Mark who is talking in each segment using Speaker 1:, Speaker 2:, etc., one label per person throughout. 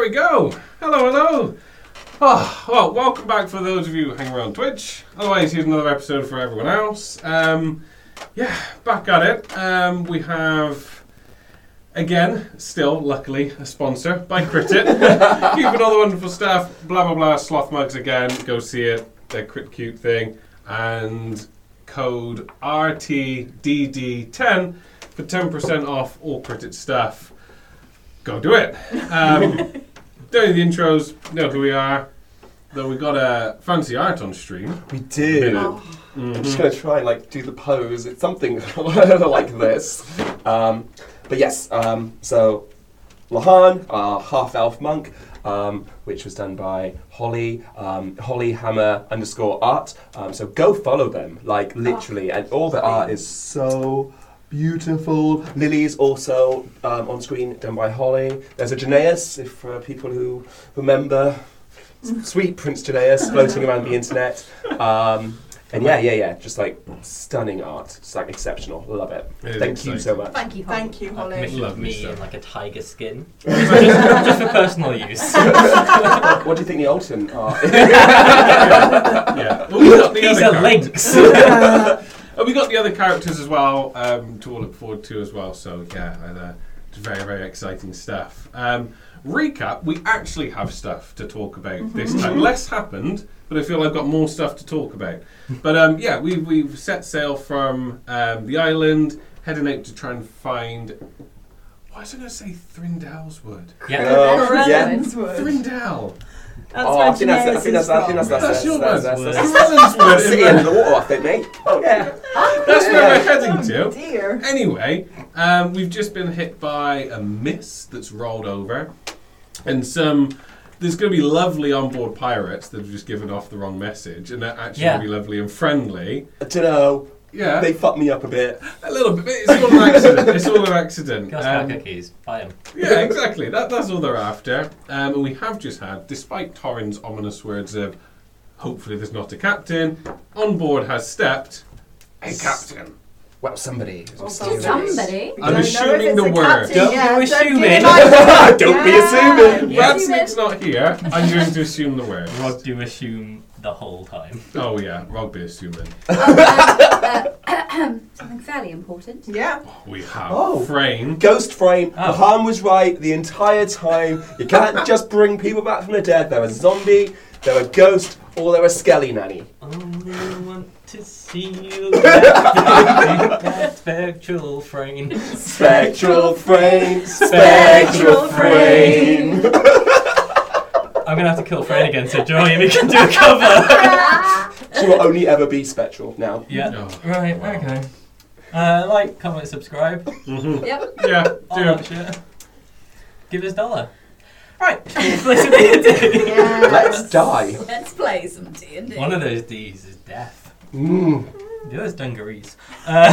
Speaker 1: we go. Hello, hello. Oh, well, welcome back for those of you who hang around Twitch. Otherwise, here's another episode for everyone else. Um, yeah, back at it. Um, we have, again, still, luckily, a sponsor by Critit. Keep another wonderful stuff. Blah, blah, blah. Sloth mugs again. Go see it. They're crit cute thing. And code RTDD10 for 10% off all Critit stuff. Go do it. Um, doing the intros, know who we are. Though we got a fancy art on stream.
Speaker 2: We did.
Speaker 1: Oh.
Speaker 2: I'm just gonna try and like do the pose. It's something like this. Um, but yes, um, so Lahan, our half elf monk, um, which was done by Holly, um, Holly Hammer underscore art. Um, so go follow them, like literally, and all the art is so beautiful. Lily's also um, on screen, done by Holly. There's a Janaeus, if uh, people who remember sweet Prince Janaeus floating around the internet. Um, and yeah, yeah, yeah, just like stunning art. It's like exceptional. Love it.
Speaker 1: It is
Speaker 2: Thank you so
Speaker 1: exciting.
Speaker 2: much.
Speaker 3: Thank you, Holly.
Speaker 4: Thank you, Holly.
Speaker 5: I've commissioned
Speaker 1: Lovely
Speaker 5: me
Speaker 1: stuff.
Speaker 5: in like a tiger skin, just, just for personal use.
Speaker 2: what, what do you think the Alton art?
Speaker 1: yeah. Well, we got the
Speaker 5: These
Speaker 1: other
Speaker 5: are
Speaker 1: characters.
Speaker 5: links.
Speaker 1: And we got the other characters as well um, to all look forward to as well. So yeah, uh, it's very very exciting stuff. Um, recap: We actually have stuff to talk about this time. Less happened, but I feel I've got more stuff to talk about. But um, yeah, we we've set sail from um, the island, heading out to try and find. Why was I going to say Thrindel's Wood?
Speaker 5: yeah.
Speaker 2: Oh, yeah.
Speaker 4: Brendan's word.
Speaker 1: Thrindel.
Speaker 4: That's
Speaker 2: Oh,
Speaker 4: where
Speaker 2: I think that's I think that's I think
Speaker 1: That's
Speaker 2: that's that's that's
Speaker 4: Janaeus
Speaker 1: your word.
Speaker 2: that's that's
Speaker 5: word.
Speaker 2: that's
Speaker 1: Thrindel's Wood.
Speaker 2: that's sitting
Speaker 1: isn't
Speaker 2: under
Speaker 1: it?
Speaker 2: the water, I think, mate. Oh yeah.
Speaker 1: That's where we're heading
Speaker 4: is
Speaker 1: to.
Speaker 4: from. Oh, Dear.
Speaker 1: Anyway, um, we've just been hit by a mist that's rolled over, and some. There's going to be lovely onboard pirates that have just given off the wrong message, and they're actually
Speaker 5: Yeah.
Speaker 1: going to be lovely and friendly.
Speaker 2: I don't know.
Speaker 1: Yeah,
Speaker 2: They fucked me up a bit.
Speaker 1: a little bit. It's all an accident. It's all an accident.
Speaker 5: Girl
Speaker 1: Um,
Speaker 5: Scout cookies. Buy 'em.
Speaker 1: yeah, exactly. That, that's all they're after. Um, and we have just had, despite Torrin's ominous words of, hopefully there's not a captain, on board has stepped. A captain.
Speaker 2: Well, somebody.
Speaker 4: Well,
Speaker 3: Somebody.
Speaker 4: We
Speaker 1: I'm
Speaker 4: don't know if
Speaker 1: assuming
Speaker 4: it's
Speaker 1: the
Speaker 4: a
Speaker 1: word.
Speaker 4: captain
Speaker 5: Don't
Speaker 4: yet.
Speaker 5: you
Speaker 4: Don't
Speaker 5: assume
Speaker 4: do
Speaker 5: it.
Speaker 4: that.
Speaker 2: Don't be
Speaker 4: Yeah.
Speaker 2: assuming.
Speaker 4: Yeah.
Speaker 1: Brad Snake's not here. I'm going to assume the word.
Speaker 5: Rod, do assume the whole time.
Speaker 1: Oh yeah, rugby is human.
Speaker 3: Oh, um, uh, something fairly important.
Speaker 4: Yeah.
Speaker 1: We have
Speaker 2: Oh.
Speaker 1: frame.
Speaker 2: Ghost frame.
Speaker 5: Oh.
Speaker 2: Lahan was right the entire time. You can't just bring people back from the dead. They're a zombie, they're a ghost, or they're a skelly nanny.
Speaker 5: Oh, I want to see you back in that spectral frame.
Speaker 2: Spectral frame. Spectral
Speaker 5: Spectral frame.
Speaker 2: frame.
Speaker 5: I'm gonna have to kill Fran again, so Joey, we can do a cover.
Speaker 2: She will only ever be spectral now.
Speaker 5: yeah.
Speaker 1: Oh,
Speaker 5: Right.
Speaker 1: wow.
Speaker 5: Okay. Uh, like, comment, subscribe.
Speaker 3: Yep.
Speaker 1: Yeah,
Speaker 5: All
Speaker 1: do
Speaker 5: that shit. Give us dollar. Right. Let's do it.
Speaker 2: Let's die.
Speaker 3: Let's play some D and D.
Speaker 5: One of those D's is death.
Speaker 2: Mm.
Speaker 5: The other's dungarees. Uh,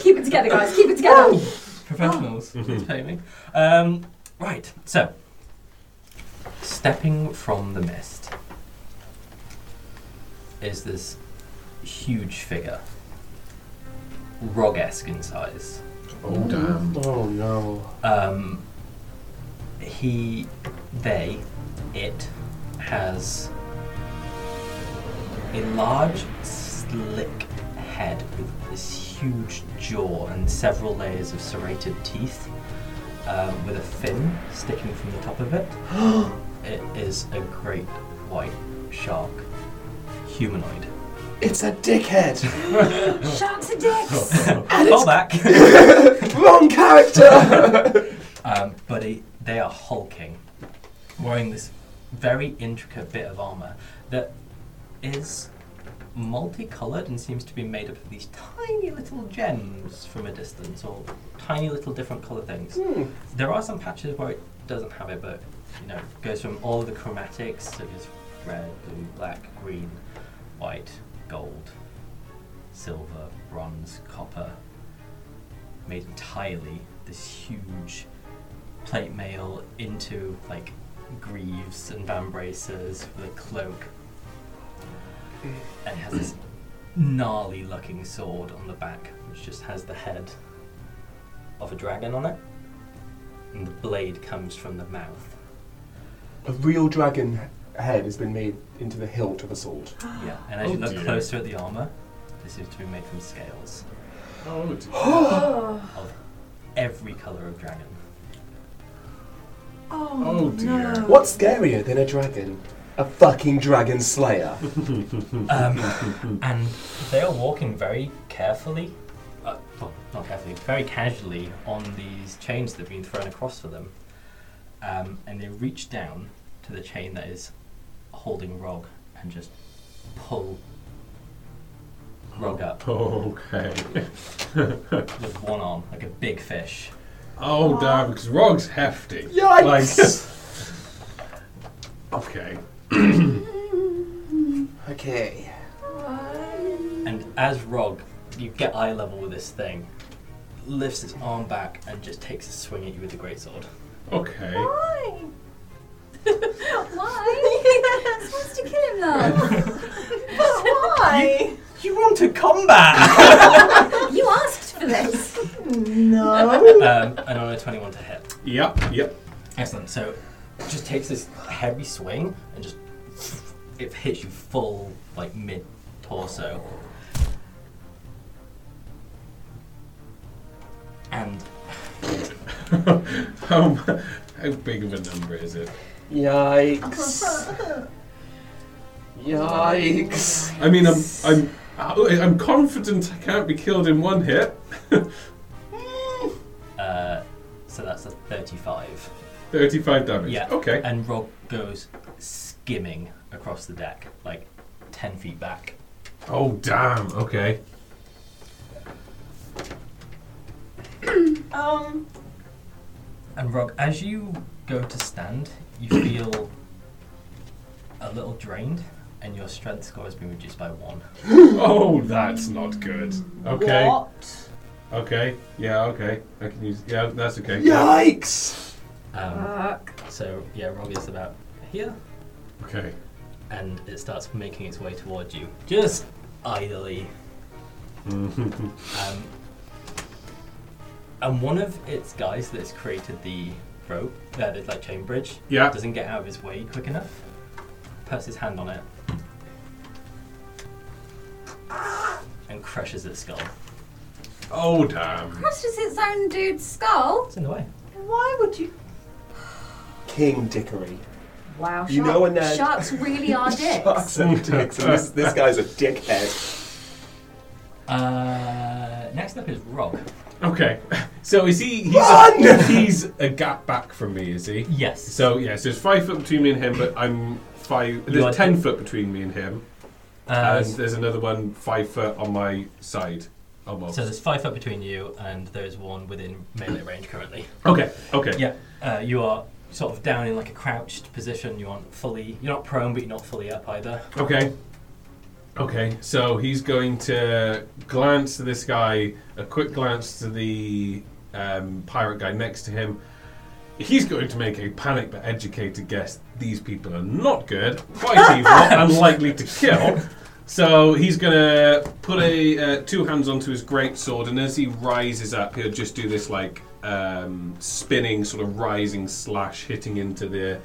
Speaker 3: Keep it together, guys. Keep it together.
Speaker 5: professionals. Please pay me. Um, right, so. Stepping from the mist is this huge figure, rog esque in size.
Speaker 1: Oh damn.
Speaker 2: Oh no.
Speaker 5: Um, he, they, it has a large, slick head with this huge jaw and several layers of serrated teeth, um, with a fin sticking from the top of it. it is a great white shark, humanoid.
Speaker 2: It's a dickhead.
Speaker 3: Sharks are dicks.
Speaker 5: Fall back.
Speaker 2: Wrong character.
Speaker 5: Um, but it, they are hulking, wearing this very intricate bit of armor that is multicolored and seems to be made up of these tiny little gems from a distance or tiny little different color things. There are some patches where it doesn't have it, but you know, it goes from all of the chromatics, so it's red, blue, black, green, white, gold, silver, bronze, copper, made entirely this huge plate mail into like greaves and band braces with a cloak. And it has this gnarly looking sword on the back, which just has the head of a dragon on it. and the blade comes from the mouth.
Speaker 2: A real dragon head has been made into the hilt of a sword.
Speaker 5: Yeah, and as
Speaker 1: Oh
Speaker 5: you look
Speaker 1: dear.
Speaker 5: closer at the armor, this seems to be made from scales
Speaker 1: Oh, dear.
Speaker 3: Oh,
Speaker 5: of every color of dragon.
Speaker 1: Oh, dear.
Speaker 3: No.
Speaker 2: What's scarier than a dragon? A fucking dragon slayer.
Speaker 5: Um, and they are walking very carefully, uh, well, not carefully, very casually on these chains that have been thrown across for them. Um, and they reach down to the chain that is holding Rog and just pull Rog up
Speaker 1: Okay.
Speaker 5: with one arm, like a big fish.
Speaker 1: Oh, damn, because Rog's hefty.
Speaker 2: Yikes!
Speaker 1: Like, okay.
Speaker 2: okay.
Speaker 5: And as Rog, you get eye level with this thing, lifts its arm back and just takes a swing at you with the greatsword.
Speaker 1: Okay.
Speaker 3: Why? Why? You're supposed to kill him now.
Speaker 4: Why?
Speaker 5: You want to combat!
Speaker 3: you asked for this.
Speaker 4: No.
Speaker 5: um, and on a 21 to hit.
Speaker 1: Yep, yep.
Speaker 5: Excellent. So, it just takes this heavy swing and just it hits you full, like mid torso, and
Speaker 1: how, mu- how big of a number is it?
Speaker 2: Yikes. Yikes.
Speaker 1: I mean, I'm I'm I'm confident I can't be killed in one hit.
Speaker 5: uh, so that's a 35.
Speaker 1: Thirty-five damage.
Speaker 5: Yeah.
Speaker 1: Okay.
Speaker 5: And Rob goes skimming across the deck, like 10 feet back.
Speaker 1: oh damn. Okay.
Speaker 4: Um.
Speaker 5: And Rog, as you go to stand, you feel a little drained, and your strength score has been reduced by one.
Speaker 1: Oh, that's not good. Okay.
Speaker 4: What?
Speaker 1: Okay. Yeah. Okay. I can use. Yeah. That's okay.
Speaker 2: Yikes!
Speaker 5: Um,
Speaker 4: Fuck.
Speaker 5: So yeah, Rog is about here,
Speaker 1: Okay.
Speaker 5: and it starts making its way towards you, just idly.
Speaker 1: Mm-hmm.
Speaker 5: um, and one of its guys that's created the rope, uh, the like chain bridge,
Speaker 1: Yeah.
Speaker 5: doesn't get out of his way quick enough. Puts his hand on it and crushes its skull.
Speaker 1: Oh damn.
Speaker 3: Crushes its own dude's skull.
Speaker 5: It's in the way.
Speaker 4: Why would you?
Speaker 2: King Dickory.
Speaker 3: Wow.
Speaker 2: You know a nerd.
Speaker 3: Sharks really are dicks.
Speaker 2: Sharks are dicks, and this, this guy's a dickhead.
Speaker 5: Uh, next up is Rob.
Speaker 1: Okay. So is he? He's, A,
Speaker 2: Run!
Speaker 1: he's a gap back from me. Is he?
Speaker 5: Yes.
Speaker 1: So yeah. So it's five foot between me and him, but I'm five.
Speaker 5: You are-
Speaker 1: There's ten foot between me and him.
Speaker 5: Uh,
Speaker 1: and there's another one five foot on my side. Almost.
Speaker 5: So there's five foot between you, and there is one within melee range currently.
Speaker 1: okay, okay.
Speaker 5: Yeah, uh, you are sort of down in like a crouched position. You aren't fully, you're not prone, but you're not fully up either.
Speaker 1: Okay. Okay, so he's going to glance to this guy, a quick glance to the um, pirate guy next to him. He's going to make a panic but educated guess these people are not good, quite evil, and likely to kill. So he's going to put a uh, two hands onto his great sword, and as he rises up, he'll just do this like um, spinning, sort of rising slash, hitting into the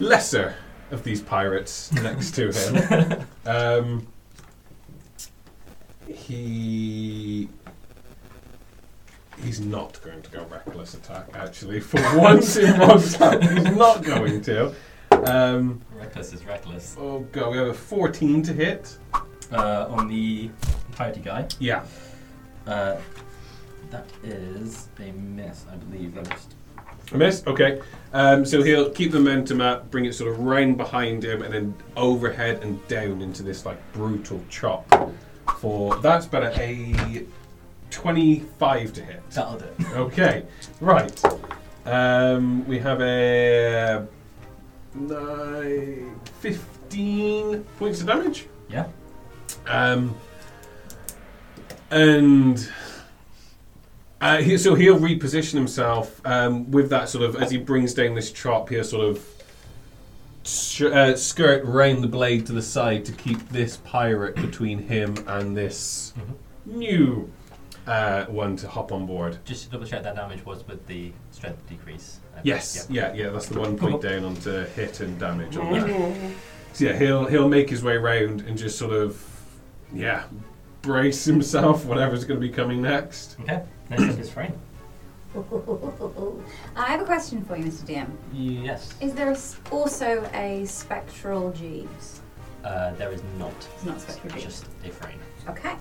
Speaker 1: lesser of these pirates next to him. um, he he's not going to go reckless attack. Actually, for once in Rob's life, he's not going to. Um,
Speaker 5: Reckless is reckless.
Speaker 1: oh god, we have a fourteen to hit.
Speaker 5: Uh, on the piety guy,
Speaker 1: Yeah.
Speaker 5: uh, that is a miss, I believe. I'm just
Speaker 1: A miss. Okay. Um, so he'll keep the momentum up, bring it sort of round behind him, and then overhead and down into this like brutal chop. For that's better a twenty-five to hit.
Speaker 5: that'll do. it.
Speaker 1: Okay. Right. Um, we have a nine, fifteen points of damage.
Speaker 5: Yeah.
Speaker 1: Um, and uh, he, so he'll reposition himself um, with that sort of as he brings down this chop. He'll sort of sh- uh, skirt round the blade to the side to keep this pirate between him and this new uh, one to hop on board.
Speaker 5: Just to double check, that damage was with the strength decrease. Uh, I think.
Speaker 1: Yes,
Speaker 5: Yep.
Speaker 1: yeah, yeah, that's the one point down onto hit and damage on that. So yeah, he'll he'll make his way round and just sort of yeah, brace himself whatever's going to be coming next.
Speaker 5: Okay. Next up is Frame.
Speaker 3: I have a question for you, Mr. DM.
Speaker 5: Yes.
Speaker 3: Is there a s also a spectral Jeeves?
Speaker 5: Uh, there is not.
Speaker 3: It's not spectral Jeeves.
Speaker 5: Just a Frame.
Speaker 3: Okay.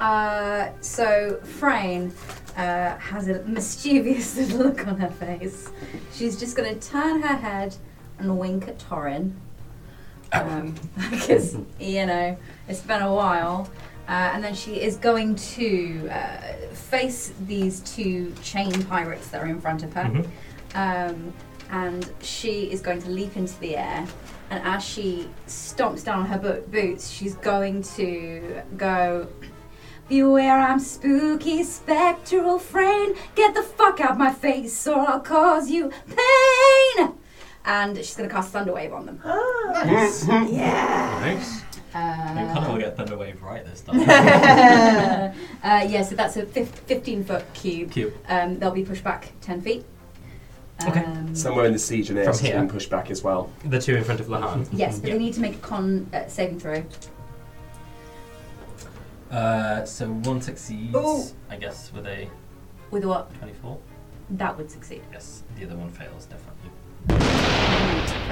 Speaker 3: Uh, so Frayne uh, has a mischievous little look on her face. She's just going to turn her head and wink at Torin. Um, because, you know, it's been a while. Uh, and then she is going to uh, face these two chain pirates that are in front of her.
Speaker 5: Mhm.
Speaker 3: Um, and she is going to leap into the air. And as she stomps down on her bo- boots, she's going to go. Beware, I'm spooky, spectral frame. Get the fuck out my face, or I'll cause you pain. And she's gonna cast Thunderwave on them.
Speaker 5: Nice. you
Speaker 1: Nice.
Speaker 5: kind
Speaker 3: Uh,
Speaker 5: of get Thunderwave right this time.
Speaker 3: uh, yeah, so that's a fif- 15 foot cube.
Speaker 5: Cute.
Speaker 3: Um, they'll be pushed back 10 feet.
Speaker 5: Okay.
Speaker 3: Um,
Speaker 2: Somewhere in the siege and
Speaker 5: From
Speaker 2: it's
Speaker 5: here.
Speaker 2: been pushed back as well.
Speaker 5: The two in front of Lahan.
Speaker 3: Yes, but
Speaker 5: Yeah.
Speaker 3: they need to make a con uh, saving throw.
Speaker 5: Uh, so one succeeds,
Speaker 3: Ooh.
Speaker 5: I guess, with a
Speaker 3: With what?
Speaker 5: 24.
Speaker 3: That would succeed.
Speaker 5: Yes, the other one fails, definitely.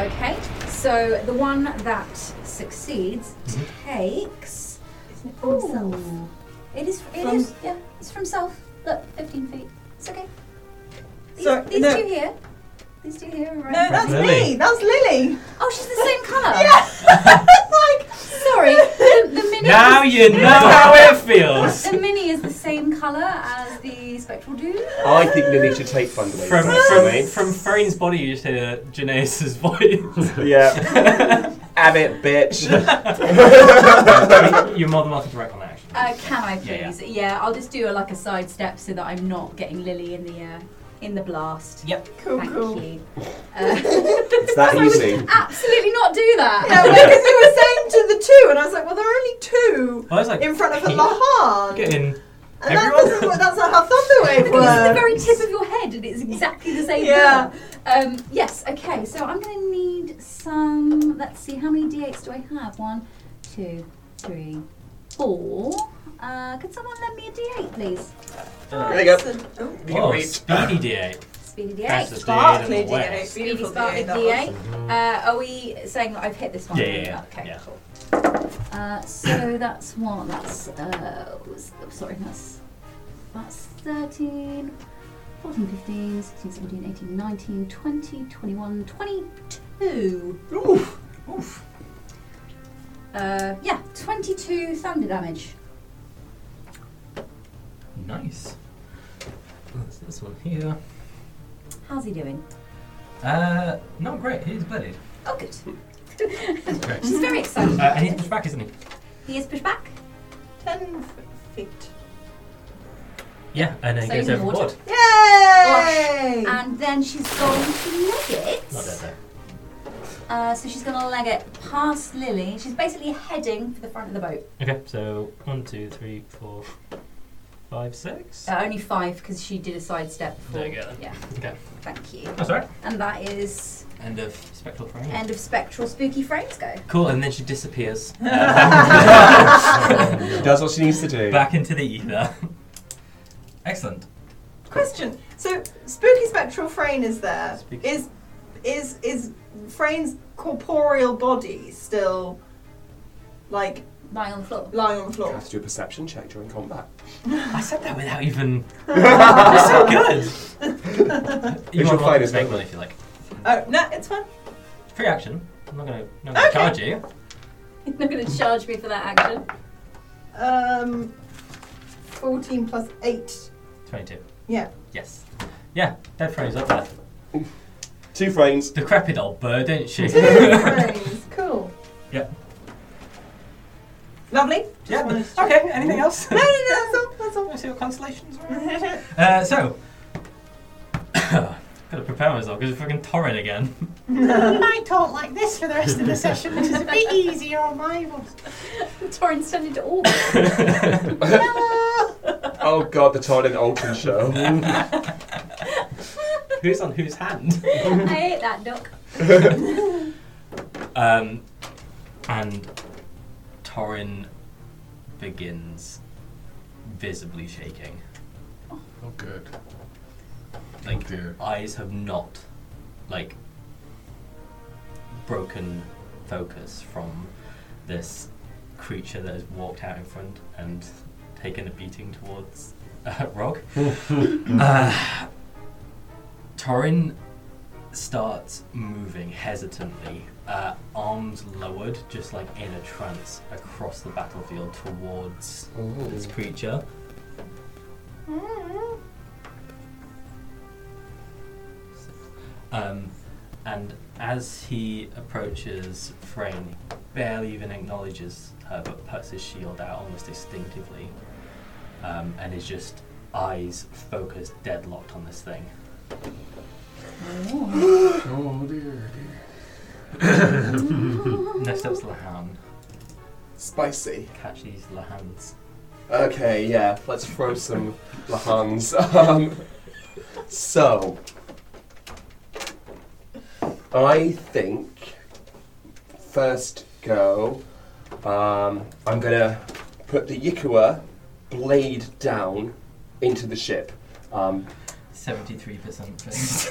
Speaker 3: Okay, so the one that succeeds
Speaker 4: Mm-hmm.
Speaker 3: takes.
Speaker 4: Isn't it
Speaker 3: Ooh.
Speaker 4: from self?
Speaker 3: It is. It
Speaker 4: From-
Speaker 3: is. Yeah, it's from self. Look, 15 feet. It's okay. These,
Speaker 4: So,
Speaker 3: these
Speaker 4: no-
Speaker 3: two here. These two here. Are
Speaker 4: No,
Speaker 3: right.
Speaker 4: that's
Speaker 5: Lily.
Speaker 4: me. That's Lily.
Speaker 3: Oh, she's the same colour.
Speaker 4: like,
Speaker 3: Sorry. The, the mini.
Speaker 5: Now you know how it feels!
Speaker 3: The mini is the same colour as the spectral dude. Uh,
Speaker 2: I think Lily should take Thunderwave.
Speaker 5: From from
Speaker 2: personally.
Speaker 5: from Frane's body, you just hear Janaeus' voice.
Speaker 2: yeah. Ab it, bitch.
Speaker 5: You're more than welcome to recommend action.
Speaker 3: Uh, can I
Speaker 5: Yeah, yeah.
Speaker 3: please? Yeah, I'll just do a, like a side step so that I'm not getting Lily in the uh, in the blast.
Speaker 5: Yep.
Speaker 4: cool,
Speaker 3: Thank
Speaker 4: Oh, cool.
Speaker 3: you. Uh,
Speaker 2: It's that easy.
Speaker 3: absolutely not do that.
Speaker 4: Yeah, because you were saying to the two, and I was like, well, there are only two
Speaker 5: Well, I was like,
Speaker 4: in front of the
Speaker 5: keep
Speaker 4: Lahan.
Speaker 5: getting
Speaker 4: And that
Speaker 5: everyone-
Speaker 4: doesn't, that's not how Thunderwave
Speaker 3: Because it's the
Speaker 4: works.
Speaker 3: very tip of your head and it's exactly the same
Speaker 4: Yeah.
Speaker 3: colour. Um, yes, okay, so I'm going to need some. Let's see, how many d8s do I have? One, two, three, four. Uh, could someone lend me a d8, please?
Speaker 2: There you go.
Speaker 4: Oh,
Speaker 2: You can
Speaker 5: oh,
Speaker 2: reach.
Speaker 5: speedy D8.
Speaker 3: Speedy
Speaker 5: That's the
Speaker 3: d8.
Speaker 5: D8
Speaker 4: Sparkly
Speaker 5: in the
Speaker 4: D8.
Speaker 5: West.
Speaker 3: Speedy
Speaker 4: Beautiful
Speaker 3: sparkly
Speaker 4: D8. that was.
Speaker 3: d8. Uh, are we saying that I've hit this one?
Speaker 5: Yeah, yeah, yeah.
Speaker 3: Okay,
Speaker 5: Yeah.
Speaker 3: cool. Uh, so that's one. That's uh, was, oh, sorry. That's that's 13, 14, 15, 16, 17, 18, 19, 20, 21, 22.
Speaker 2: Oof.
Speaker 3: Uh, yeah, 22 thunder damage.
Speaker 5: Nice. That's this one here.
Speaker 3: How's he doing?
Speaker 5: Uh, not great. He's bloodied.
Speaker 3: Oh, good.
Speaker 1: Okay.
Speaker 3: She's very excited.
Speaker 5: Uh,
Speaker 3: about
Speaker 5: and he's
Speaker 3: this.
Speaker 5: pushed back, isn't he?
Speaker 3: He is pushed back.
Speaker 4: Ten f- feet.
Speaker 5: Yeah, and then he
Speaker 3: So
Speaker 5: goes
Speaker 3: he's in the
Speaker 5: overboard.
Speaker 3: water.
Speaker 4: Yay!
Speaker 3: And then she's going to leg it.
Speaker 5: Not dead though.
Speaker 3: Uh, so she's going to leg it past Lily. She's basically heading for the front of the boat.
Speaker 5: Okay, so one, two, three, four, five, six.
Speaker 3: Uh, only five because she did a sidestep before.
Speaker 5: There you go.
Speaker 3: Yeah,
Speaker 5: Okay,
Speaker 3: thank you.
Speaker 5: that's all right.
Speaker 3: And that is
Speaker 5: End of spectral frame.
Speaker 3: end of spectral spooky frames go.
Speaker 5: Cool, and then she disappears Um,
Speaker 2: Does what she needs to do.
Speaker 5: back into the ether. Excellent.
Speaker 4: Question. So spooky spectral Frane is there.
Speaker 5: Spooky.
Speaker 4: Is is is Frane's corporeal body still like
Speaker 3: Lying on the floor.
Speaker 4: lying on the
Speaker 2: You
Speaker 4: floor?
Speaker 2: have to do a perception check during combat.
Speaker 5: I said that without even. That's so good.
Speaker 2: It's
Speaker 5: you
Speaker 2: your
Speaker 5: want to
Speaker 2: finest
Speaker 5: make one
Speaker 2: moment.
Speaker 5: if you like.
Speaker 4: Oh no, it's fine.
Speaker 5: Free action. I'm not gonna, not gonna
Speaker 4: Okay.
Speaker 5: charge you.
Speaker 3: You're not going to charge me for that action.
Speaker 4: Um, fourteen plus eight.
Speaker 5: Twenty-two.
Speaker 4: Yeah.
Speaker 5: Yes. Yeah, dead frame's up there.
Speaker 2: Two frames.
Speaker 5: Decrepit old bird, ain't she?
Speaker 4: Two frames. Cool.
Speaker 5: Yep.
Speaker 4: Lovely.
Speaker 5: Yeah. Okay. Anything else?
Speaker 4: No, no, no. That's all.
Speaker 5: Wanna see what constellations are around?
Speaker 4: That's all.
Speaker 5: Uh, so, gotta prepare myself because it's fucking torrent again.
Speaker 6: I talk like this for the rest of the session, which is a bit easier on my voice.
Speaker 3: Torrance turned into all.
Speaker 2: oh Oh god, the Todd and Olton show.
Speaker 5: Who's on whose hand?
Speaker 3: I hate that duck.
Speaker 5: Um, and Torin begins visibly shaking.
Speaker 1: Oh, good. Oh,
Speaker 5: Like
Speaker 1: dear.
Speaker 5: eyes have not, like, broken focus from this creature that has walked out in front and taken a beating towards uh, Rog. uh, Torin starts moving hesitantly, uh, arms lowered, just like in a trance, across the battlefield towards this creature. Um, and as he approaches Frayne, he barely even acknowledges her, but puts his shield out almost instinctively, um, and is just eyes focused, deadlocked on this thing.
Speaker 1: Oh dear, dear.
Speaker 5: Next up's Lahan.
Speaker 2: Spicy.
Speaker 5: Catch these Lahans.
Speaker 2: Okay, yeah, let's throw some Lahans. Um, so, I think first go, um, I'm gonna put the Yikua blade down into the ship. Um,
Speaker 5: Seventy-three percent fixed.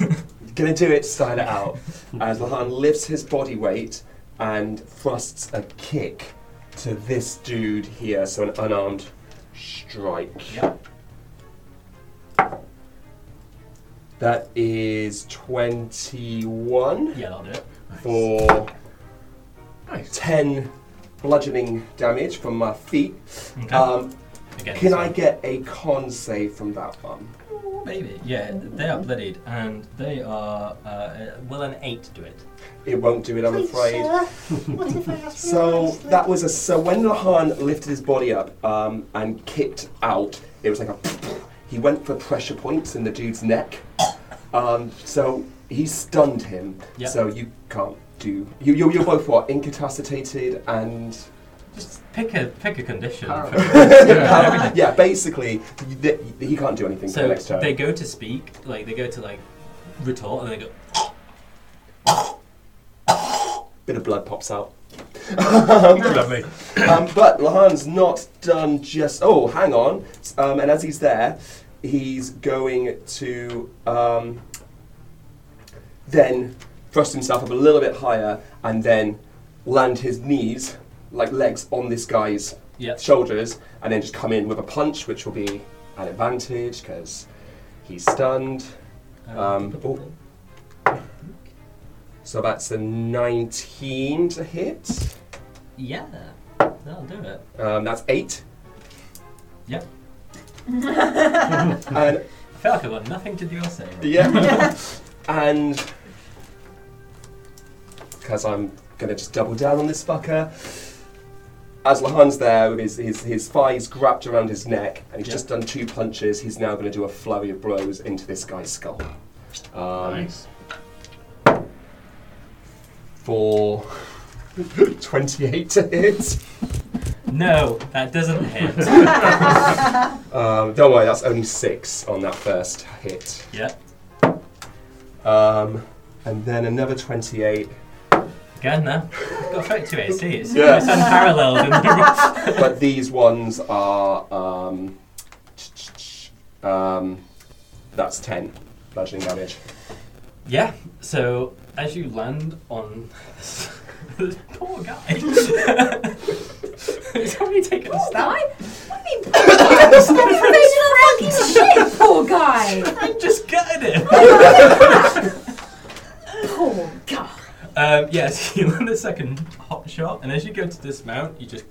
Speaker 2: gonna do it side out as Lahan lifts his body weight and thrusts a kick to this dude here, so an unarmed strike.
Speaker 5: yep.
Speaker 2: That is 21
Speaker 5: Yeah, that'll do it.
Speaker 2: for
Speaker 1: Nice.
Speaker 2: 10 bludgeoning damage from my feet.
Speaker 5: Okay.
Speaker 2: Um,
Speaker 5: Again,
Speaker 2: can
Speaker 5: so-
Speaker 2: I get a con save from that one?
Speaker 5: Maybe. Yeah, they are bloodied, and they are. Uh, uh, will an eight do it?
Speaker 2: It won't do it, I'm
Speaker 6: Please,
Speaker 2: afraid.
Speaker 6: sir. What if I ask you
Speaker 2: So
Speaker 6: nicely?
Speaker 2: that was a. So when Lahan lifted his body up um, and kicked out, it was like a. He went for pressure points in the dude's neck. Um, so he stunned him.
Speaker 5: Yeah.
Speaker 2: So you can't do. You, you, you're both what? Incapacitated and.
Speaker 5: Just pick a pick a condition.
Speaker 2: Uh, yeah, basically, you- th- he can't do anything for the
Speaker 5: so
Speaker 2: next turn.
Speaker 5: they go to speak, like they go to like retort, and they go.
Speaker 2: Bit of blood pops out.
Speaker 1: Oh, Lovely.
Speaker 2: um, but Lahan's not done just. Oh, hang on. Um, and as he's there, he's going to um, then thrust himself up a little bit higher and then land his knees, like legs, on this guy's
Speaker 5: Yep.
Speaker 2: shoulders and then just come in with a punch, which will be an advantage because he's stunned. Um, oh. So that's a 19 to hit.
Speaker 5: Yeah, that'll do it.
Speaker 2: Um, that's 8.
Speaker 5: Yep.
Speaker 2: And
Speaker 5: I feel like I've got nothing to do or say. right?
Speaker 2: Yeah. and because I'm gonna just double down on this fucker. As Lahan's there with his, his, his thighs wrapped around his neck, and he's
Speaker 5: Yeah.
Speaker 2: just done two punches, he's now going to do a flurry of blows into this guy's skull. Um,
Speaker 1: Nice.
Speaker 2: For 28 to hit.
Speaker 5: No, that doesn't hit.
Speaker 2: Um, don't worry, that's only six on that first hit.
Speaker 5: yep.
Speaker 2: Um, and then another 28.
Speaker 5: Again, now. Got 32 AC. It's,
Speaker 2: Yeah.
Speaker 5: it's unparalleled in the
Speaker 2: but these ones are um, um, that's 10 bludgeoning damage
Speaker 5: Yeah, so as you land on this, this poor guy, he's already taken a
Speaker 3: Poor
Speaker 5: stab.
Speaker 3: guy? What do you mean poor guy? He's been on a fucking ship, poor guy.
Speaker 5: I just gutted him.
Speaker 3: Poor guy.
Speaker 5: Um, yeah, so you land the second hot shot, and as you go to dismount, you just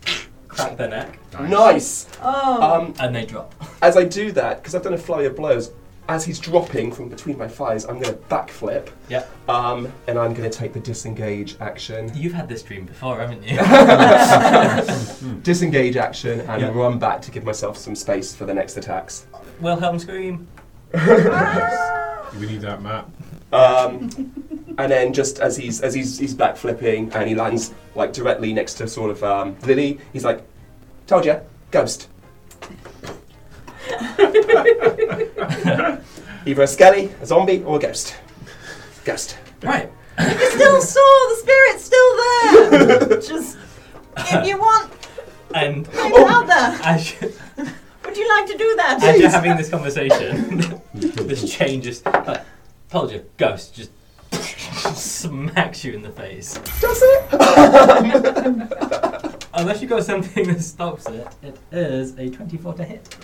Speaker 5: crack their neck,
Speaker 2: nice
Speaker 4: Oh.
Speaker 2: um,
Speaker 5: and they drop.
Speaker 2: as i do that because i've done a flurry of blows as he's dropping from between my thighs i'm going to backflip
Speaker 5: Yeah,
Speaker 2: um, and i'm going to take the disengage action
Speaker 5: you've had this dream before, haven't you?
Speaker 2: disengage action and
Speaker 5: Yeah.
Speaker 2: run back to give myself some space for the next attacks
Speaker 5: Wilhelm scream.
Speaker 4: Ah!
Speaker 1: We need that map.
Speaker 2: Um, and then just as he's as he's he's backflipping and he lands like directly next to sort of um, Lily, he's like, "Told you, ghost." Either a skelly, a zombie, or a ghost. Ghost.
Speaker 5: Right.
Speaker 4: You still saw the spirit's still there. Just if you want,
Speaker 5: And
Speaker 4: leave
Speaker 2: Oh.
Speaker 4: it out there.
Speaker 5: as, you-
Speaker 4: Would you like to do that?
Speaker 5: as you're having this conversation, this changes. Like, told you, ghost just smacks you in the face.
Speaker 2: Does it?
Speaker 5: Unless you've got something that stops it, it is a 24 to hit.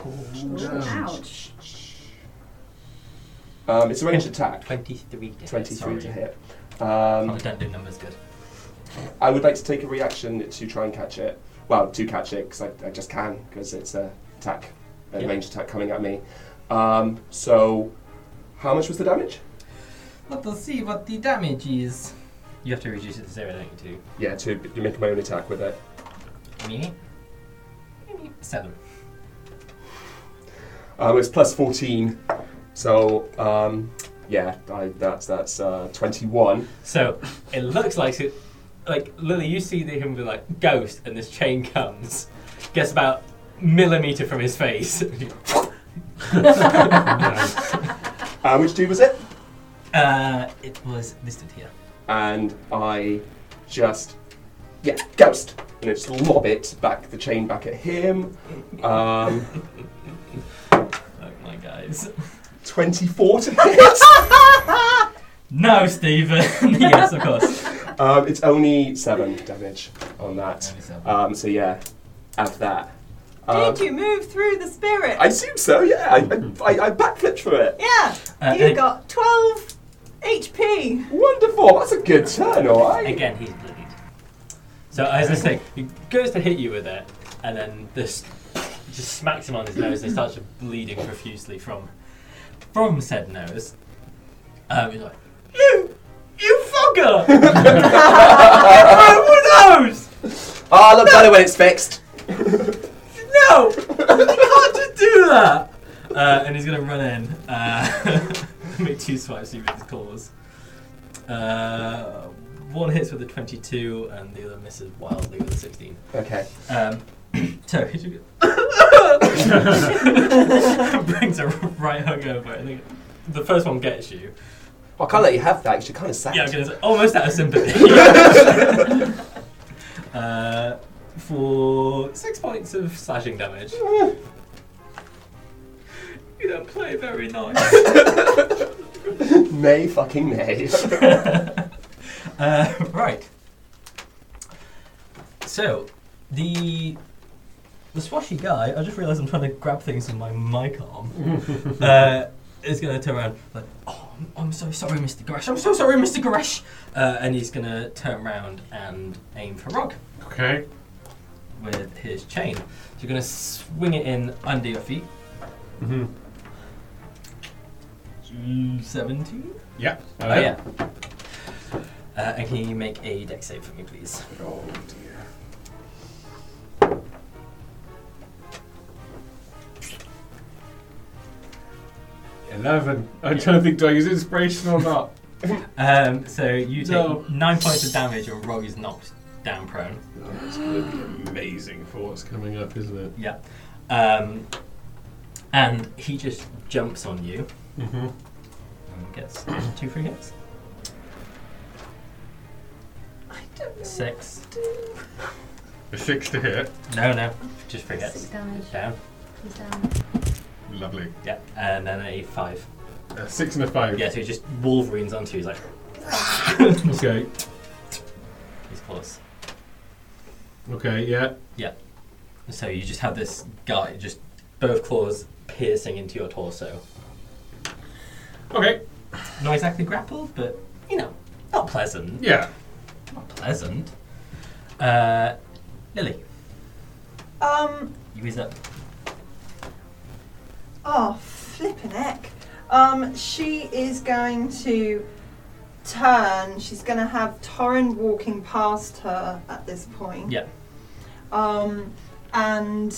Speaker 3: Ouch.
Speaker 2: Um, it's a ranged attack.
Speaker 5: 23 to hit.
Speaker 2: 23
Speaker 5: sorry.
Speaker 2: to hit.
Speaker 5: I
Speaker 2: Um,
Speaker 5: don't do numbers good.
Speaker 2: I would like to take a reaction to try and catch it. Well, to catch it, because I, I just can, because it's a attack, a
Speaker 5: Yeah.
Speaker 2: ranged attack coming at me. Um, so, how much was the damage?
Speaker 5: Let us see what the damage is. You have to reduce it to zero, don't you,
Speaker 2: Yeah, to you make my own attack with it.
Speaker 5: too? Me? Seven.
Speaker 2: Um, it's plus 14, so um, yeah, I, that's that's uh, 21.
Speaker 5: So it looks like it, like Lily, you see the him be like ghost, and this chain comes, gets about millimeter from his face.
Speaker 2: Uh, which two was it?
Speaker 5: uh, it was this dude here.
Speaker 2: And I just yeah, ghost, and I just lob it back the chain back at him. Um,
Speaker 5: Oh my guys.
Speaker 2: 24 to hit.
Speaker 5: No, Stephen. yes, of course.
Speaker 2: um, it's only seven damage on that.
Speaker 5: Only seven.
Speaker 2: Um, so yeah, add that. Um,
Speaker 4: Did you move through the spirit?
Speaker 2: I assume so. Yeah, I, I, I, I backflipped for it.
Speaker 4: yeah.
Speaker 5: Uh,
Speaker 4: you
Speaker 5: and-
Speaker 4: got 12 HP.
Speaker 2: Wonderful. That's a good turn. All right.
Speaker 5: Again, he's bloodied. So as I say, he goes to hit you with it, and then this just smacks him on his nose, and he starts bleeding profusely from from said nose. Um, he's like, "You, you fucker! I broke my nose!
Speaker 2: Ah, Oh, look better when it's fixed.
Speaker 5: No, you can't just do that." Uh, and he's gonna run in, uh, make two swipes at you with his claws. Uh, one hits with a 22, and the other misses wildly with a 16.
Speaker 2: Okay.
Speaker 5: Um, so he took it- brings a right hook over, and then the first one gets you.
Speaker 2: Well, I can't let you have that. 'cause You're kind of sad.
Speaker 5: Yeah, I'm gonna say, almost out of sympathy. uh, for six points of slashing damage. You don't play very nice.
Speaker 2: Nay, fucking nay.
Speaker 5: Uh, right. So, the the swashy guy. I just realised I'm trying to grab things with my mic arm. uh, is going to turn around like, oh, I'm, I'm so sorry, Mr. Goresh. I'm so sorry, Mr. Goresh. Uh, and he's going to turn around and aim for Rock
Speaker 1: Okay.
Speaker 5: with his chain. So you're going to swing it in under your feet.
Speaker 1: Mm-hmm.
Speaker 5: Seventeen.
Speaker 1: Yeah.
Speaker 5: Oh yeah. Uh, and can you make a deck save for me, please?
Speaker 1: Oh dear. Eleven. I'm trying to think. Do I use inspiration or not?
Speaker 5: Um, so you take
Speaker 1: No.
Speaker 5: nine points of damage and Rog is knocked down prone.
Speaker 1: it's going to be amazing for what's coming up, isn't it?
Speaker 5: Yeah. Um, and he just jumps on you
Speaker 1: Mm-hmm.
Speaker 5: and gets two free hits.
Speaker 4: I don't know.
Speaker 5: Six.
Speaker 1: A six to hit.
Speaker 5: No, no, just free
Speaker 3: Six
Speaker 5: hits.
Speaker 3: damage.
Speaker 5: Down.
Speaker 3: He's down.
Speaker 1: Lovely.
Speaker 5: Yeah. And then a five.
Speaker 1: A six and a five.
Speaker 5: Yeah, so he just wolverines onto you. He's like,
Speaker 1: Okay.
Speaker 5: he's close.
Speaker 1: Okay. Yeah.
Speaker 5: So you just have this guy, just both claws piercing into your torso.
Speaker 1: Okay.
Speaker 5: Not exactly grappled, but, you know, not pleasant.
Speaker 1: Yeah.
Speaker 5: Not pleasant. Uh, Lily,
Speaker 4: Um,
Speaker 5: you is up.
Speaker 4: oh, flippin' heck. Um, she is going to turn. She's going to have Torrin walking past her at this point.
Speaker 5: Yeah.
Speaker 4: um, and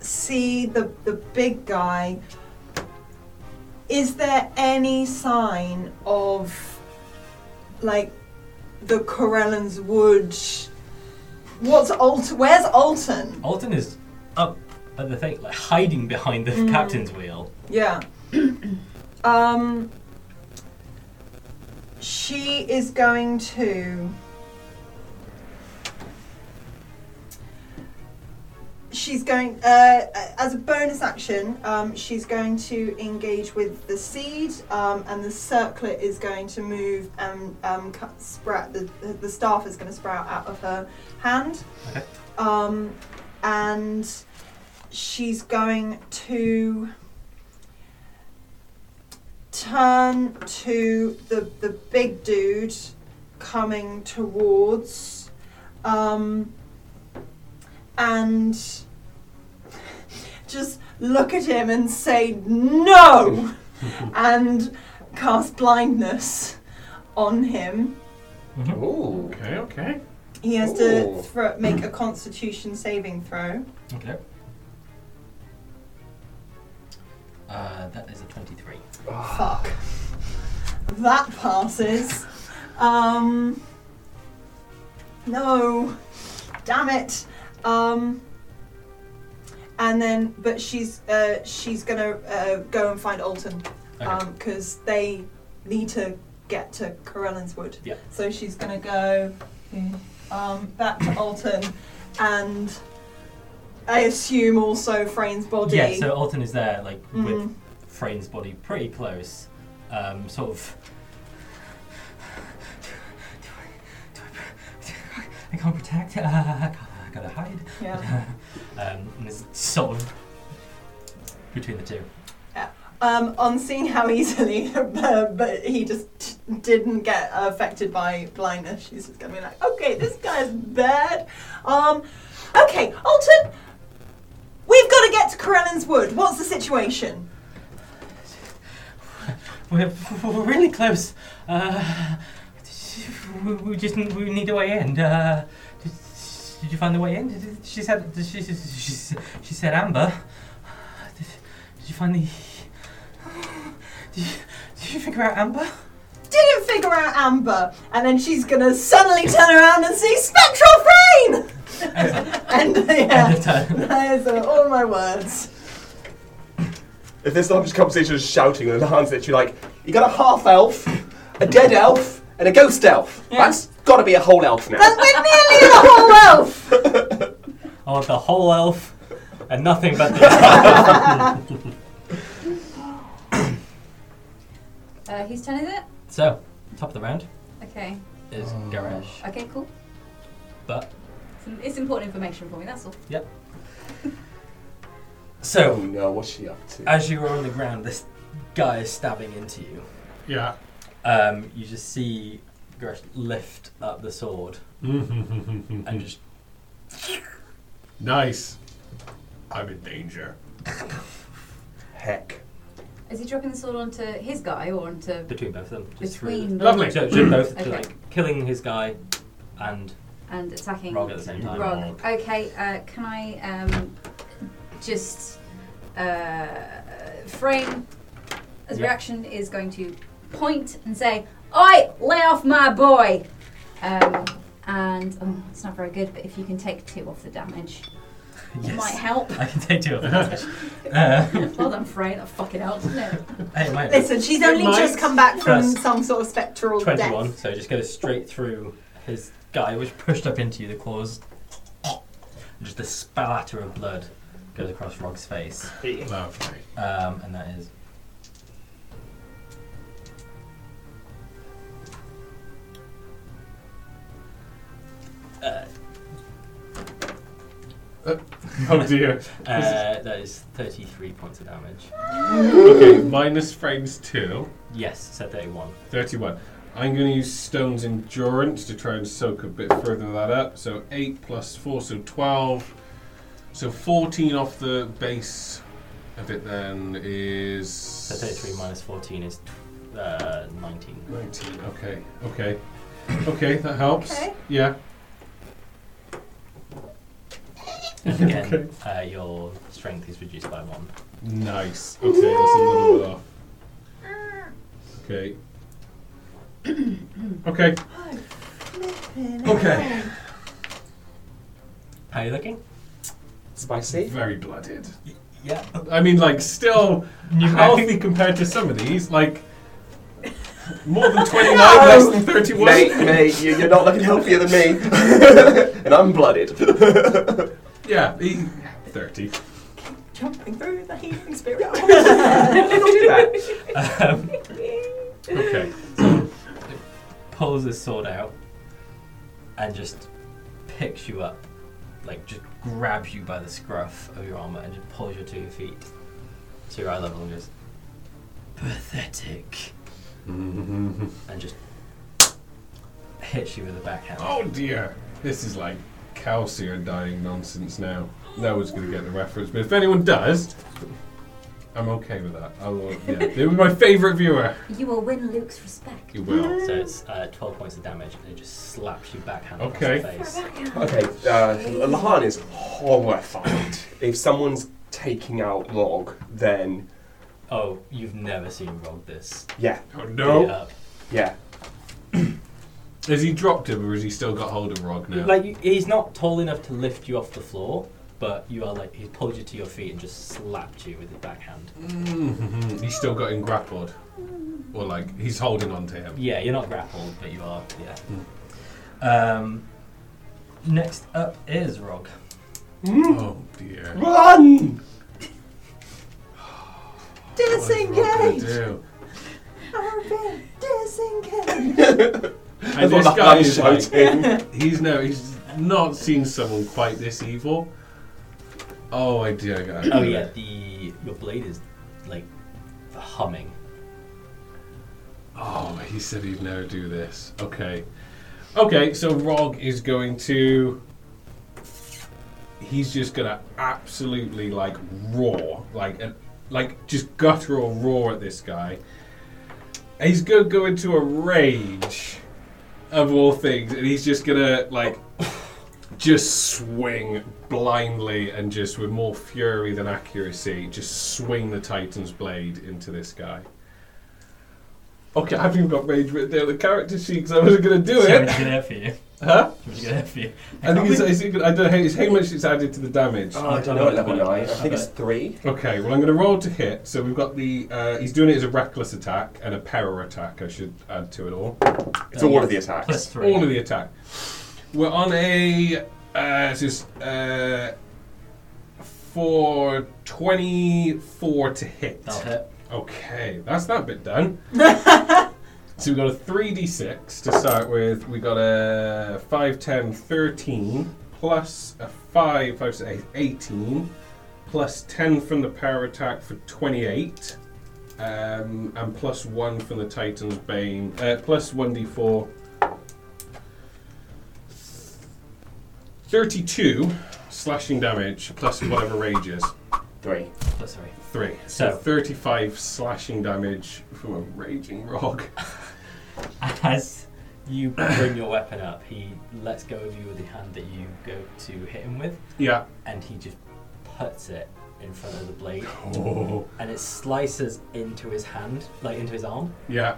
Speaker 4: see the the big guy. Is there any sign of like the Corellans Wood? What's Alton? Where's Alton?
Speaker 5: Alton is up But the thing, like hiding behind the captain's wheel.
Speaker 4: Yeah. um, she is going to. She's going, uh, as a bonus action, um, she's going to engage with the seed, um, and the circlet is going to move and um, cut, sprout, the, the- the staff is going to sprout out of her hand.
Speaker 5: Okay.
Speaker 4: Um, and she's going to turn to the the big dude coming towards um and just look at him and say no and cast blindness on him
Speaker 2: Ooh.
Speaker 1: Okay, okay.
Speaker 4: he has
Speaker 2: Ooh.
Speaker 4: to thro- make a constitution saving throw
Speaker 5: Okay. Uh, that is a 23.
Speaker 4: fuck that passes um no damn it um and then but she's uh, she's gonna uh, go and find alton
Speaker 5: Okay.
Speaker 4: because they need to get to Corellin's Wood.
Speaker 5: Yeah.
Speaker 4: So she's gonna go um, back to Alton, and I assume also Freyne's body.
Speaker 5: Yeah, so Alton is there, like
Speaker 4: Mhm.
Speaker 5: with Freyne's body pretty close, um, sort of. Do I- do I- do I- I can't protect. Uh, I can't- I gotta hide.
Speaker 4: yeah.
Speaker 5: um, and it's sort of between the two.
Speaker 4: Um, on seeing how easily, uh, but he just didn't get affected by blindness. She's just gonna be like, okay, this guy's bad. Um, okay, Alton, we've got to get to Corellin's Wood. What's the situation?
Speaker 5: We're, we're really close. Uh, we, we just we need a way in. Uh, did, did you find the way in? Did, did- she said did she, she, she, she said Amber. Did, did you find the? Did you, did you figure out Amber?
Speaker 4: Didn't figure out Amber, and then she's gonna suddenly turn around and see spectral frame. and uh,
Speaker 5: End
Speaker 4: yeah,
Speaker 5: of turn.
Speaker 4: that is uh, all my words.
Speaker 2: If this large conversation is shouting and Hans literally like, you got a half elf, a dead elf, and a ghost elf. That's gotta be a whole elf now.
Speaker 4: And we're nearly the whole elf.
Speaker 5: Oh, the whole elf and nothing but the.
Speaker 3: Uh, whose turn is it?
Speaker 5: so, top of the round
Speaker 3: Okay.
Speaker 5: is Garage,
Speaker 3: Okay, cool.
Speaker 5: but
Speaker 3: It's, it's important information for me, that's all.
Speaker 2: oh
Speaker 5: so
Speaker 2: no, what's she up to?
Speaker 5: as you are on the ground, this guy is stabbing into you.
Speaker 1: Yeah.
Speaker 5: Um, you just see Gresh lift up the sword and just
Speaker 1: nice. I'm in danger.
Speaker 2: Heck.
Speaker 3: Is he dropping the sword onto his guy or onto
Speaker 5: between both of them. Just through
Speaker 3: between
Speaker 5: the- Oh,
Speaker 1: Lovely.
Speaker 5: So just both
Speaker 3: Okay.
Speaker 5: to, like killing his guy and
Speaker 3: and attacking
Speaker 5: Rog at the same time.
Speaker 3: Rog. Okay, uh, can I um, just uh, frame as
Speaker 5: Yeah.
Speaker 3: reaction is going to point and say, "Oi, lay off my boy," um, and oh, it's not very good. But if you can take two off the damage, it might
Speaker 5: Yes.
Speaker 3: help.
Speaker 5: I can take two of them. uh,
Speaker 3: well done, Frey. That fucking helped. No.
Speaker 5: hey, mate.
Speaker 4: Listen, she's only
Speaker 1: Might.
Speaker 4: just come back from
Speaker 5: First.
Speaker 4: some sort of spectral
Speaker 5: Twenty-one.
Speaker 4: death.
Speaker 5: So it just goes straight through his guy, which pushed up into you. The claws, and just a spatter of blood goes across Rog's face,
Speaker 1: Lovely.
Speaker 5: um, and that is
Speaker 1: Oh dear.
Speaker 5: uh, that is thirty-three points of damage.
Speaker 1: okay, minus frames two.
Speaker 5: Yes, so thirty-one.
Speaker 1: 31. I'm going to use Stone's Endurance to try and soak a bit further that up. So 8 plus 4, so 12. So 14 off the base of it then is.
Speaker 5: So 33 minus 14 is tw- uh, 19.
Speaker 1: 19. Okay, okay. Okay, that helps.
Speaker 4: Okay.
Speaker 1: Yeah.
Speaker 5: And again, uh, your strength is reduced by 1.
Speaker 1: Nice. Okay, that's a little bit off. Okay. okay.
Speaker 4: Flippin'
Speaker 1: Okay.
Speaker 4: hell.
Speaker 5: How are you looking?
Speaker 2: Spicy.
Speaker 1: Very blooded.
Speaker 5: Y- yeah.
Speaker 1: I mean, like, still healthy compared to some of these. Like, more than 29, less than 31.
Speaker 2: Mate, mate, you, you're not looking healthier than me. and I'm blooded.
Speaker 1: Yeah, he- 30.
Speaker 4: Jumping through the healing spirit.
Speaker 5: Um,
Speaker 1: Okay.
Speaker 5: pulls his sword out and just picks you up, like just grabs you by the scruff of your armor and just pulls you to your feet, to your eye level, and goes, pathetic, and just hits you with a backhand.
Speaker 1: Oh dear. This is like Calcium dying nonsense now. No one's going to get the reference, but if anyone does, I'm okay with that. I'll, yeah. They were my favourite viewer.
Speaker 3: You will win Luke's respect.
Speaker 1: You will.
Speaker 5: So it's uh, 12 points of damage, and it just slaps you backhand
Speaker 1: Okay.
Speaker 5: across the face.
Speaker 2: Okay, uh, Lahan is horrified. if someone's taking out Log, then
Speaker 5: Oh, you've never seen Rog this.
Speaker 2: yeah,
Speaker 1: Oh no.
Speaker 5: beat up.
Speaker 2: yeah.
Speaker 1: Has he dropped him or has he still got hold of Rog now?
Speaker 5: Like you- he's not tall enough to lift you off the floor, but you are like he pulled you to your feet and just slapped you with his backhand.
Speaker 1: Mhm. He's still got him grappled. Or like, he's holding on to him.
Speaker 5: Yeah, you're not grappled, but you are. Yeah.
Speaker 1: Hmm.
Speaker 5: Um, next up is Rog.
Speaker 1: Oh dear.
Speaker 2: Run!
Speaker 1: What's Rog
Speaker 4: Disengage!
Speaker 1: gonna do?
Speaker 4: Open,
Speaker 1: And
Speaker 4: disengage!
Speaker 2: That's
Speaker 1: this
Speaker 2: what
Speaker 1: guy
Speaker 2: Lahan
Speaker 1: is like,
Speaker 2: shouting.
Speaker 1: He's no, he's not seen someone quite this evil. Oh, I do. I got it.
Speaker 5: Oh yeah, the your blade is like humming.
Speaker 1: Oh, he said he'd never do this. Okay, okay. So Rog is going to. He's just gonna absolutely like roar, like a, like just guttural roar at this guy. And he's gonna go into a rage, of all things, and he's just gonna like just swing blindly and just with more fury than accuracy, just swing the Titan's blade into this guy. Okay, I haven't even got rage written down on the character sheet because I wasn't going to do
Speaker 5: Sorry,
Speaker 1: it.
Speaker 5: it's good air for you.
Speaker 1: Huh?
Speaker 5: It's good air for you.
Speaker 1: Oh, I think it's,
Speaker 5: can't
Speaker 1: it's, I don't know, it's how much it's added to the damage.
Speaker 2: Oh, I don't know what level nine. I think it's three.
Speaker 1: Okay, well, I'm going to roll to hit. So we've got the. Uh, he's doing it as a reckless attack and a power attack, I should add to it all.
Speaker 2: It's all of the
Speaker 5: believe- plus
Speaker 2: attacks.
Speaker 5: three.
Speaker 1: All of the attack. We're on a. Uh, it's just. Uh, for 24 to hit.
Speaker 5: That'll hit.
Speaker 1: Okay, that's that bit done. so we got a 3d6 to start with. We got a 5, 10, 13, plus a 5, 5, 6, 18, plus 10 from the power attack for 28, um, and plus 1 from the Titan's Bane, uh, plus 1d4. 32 slashing damage plus whatever rage is.
Speaker 2: Three.
Speaker 5: Plus three.
Speaker 1: Three.
Speaker 5: So-
Speaker 1: So, 35 slashing damage from a raging rock.
Speaker 5: As you bring your weapon up, he lets go of you with the hand that you go to hit him with,
Speaker 1: Yeah.
Speaker 5: and he just puts it in front of the blade,
Speaker 1: Oh.
Speaker 5: and it slices into his hand, like into his arm,
Speaker 1: Yeah.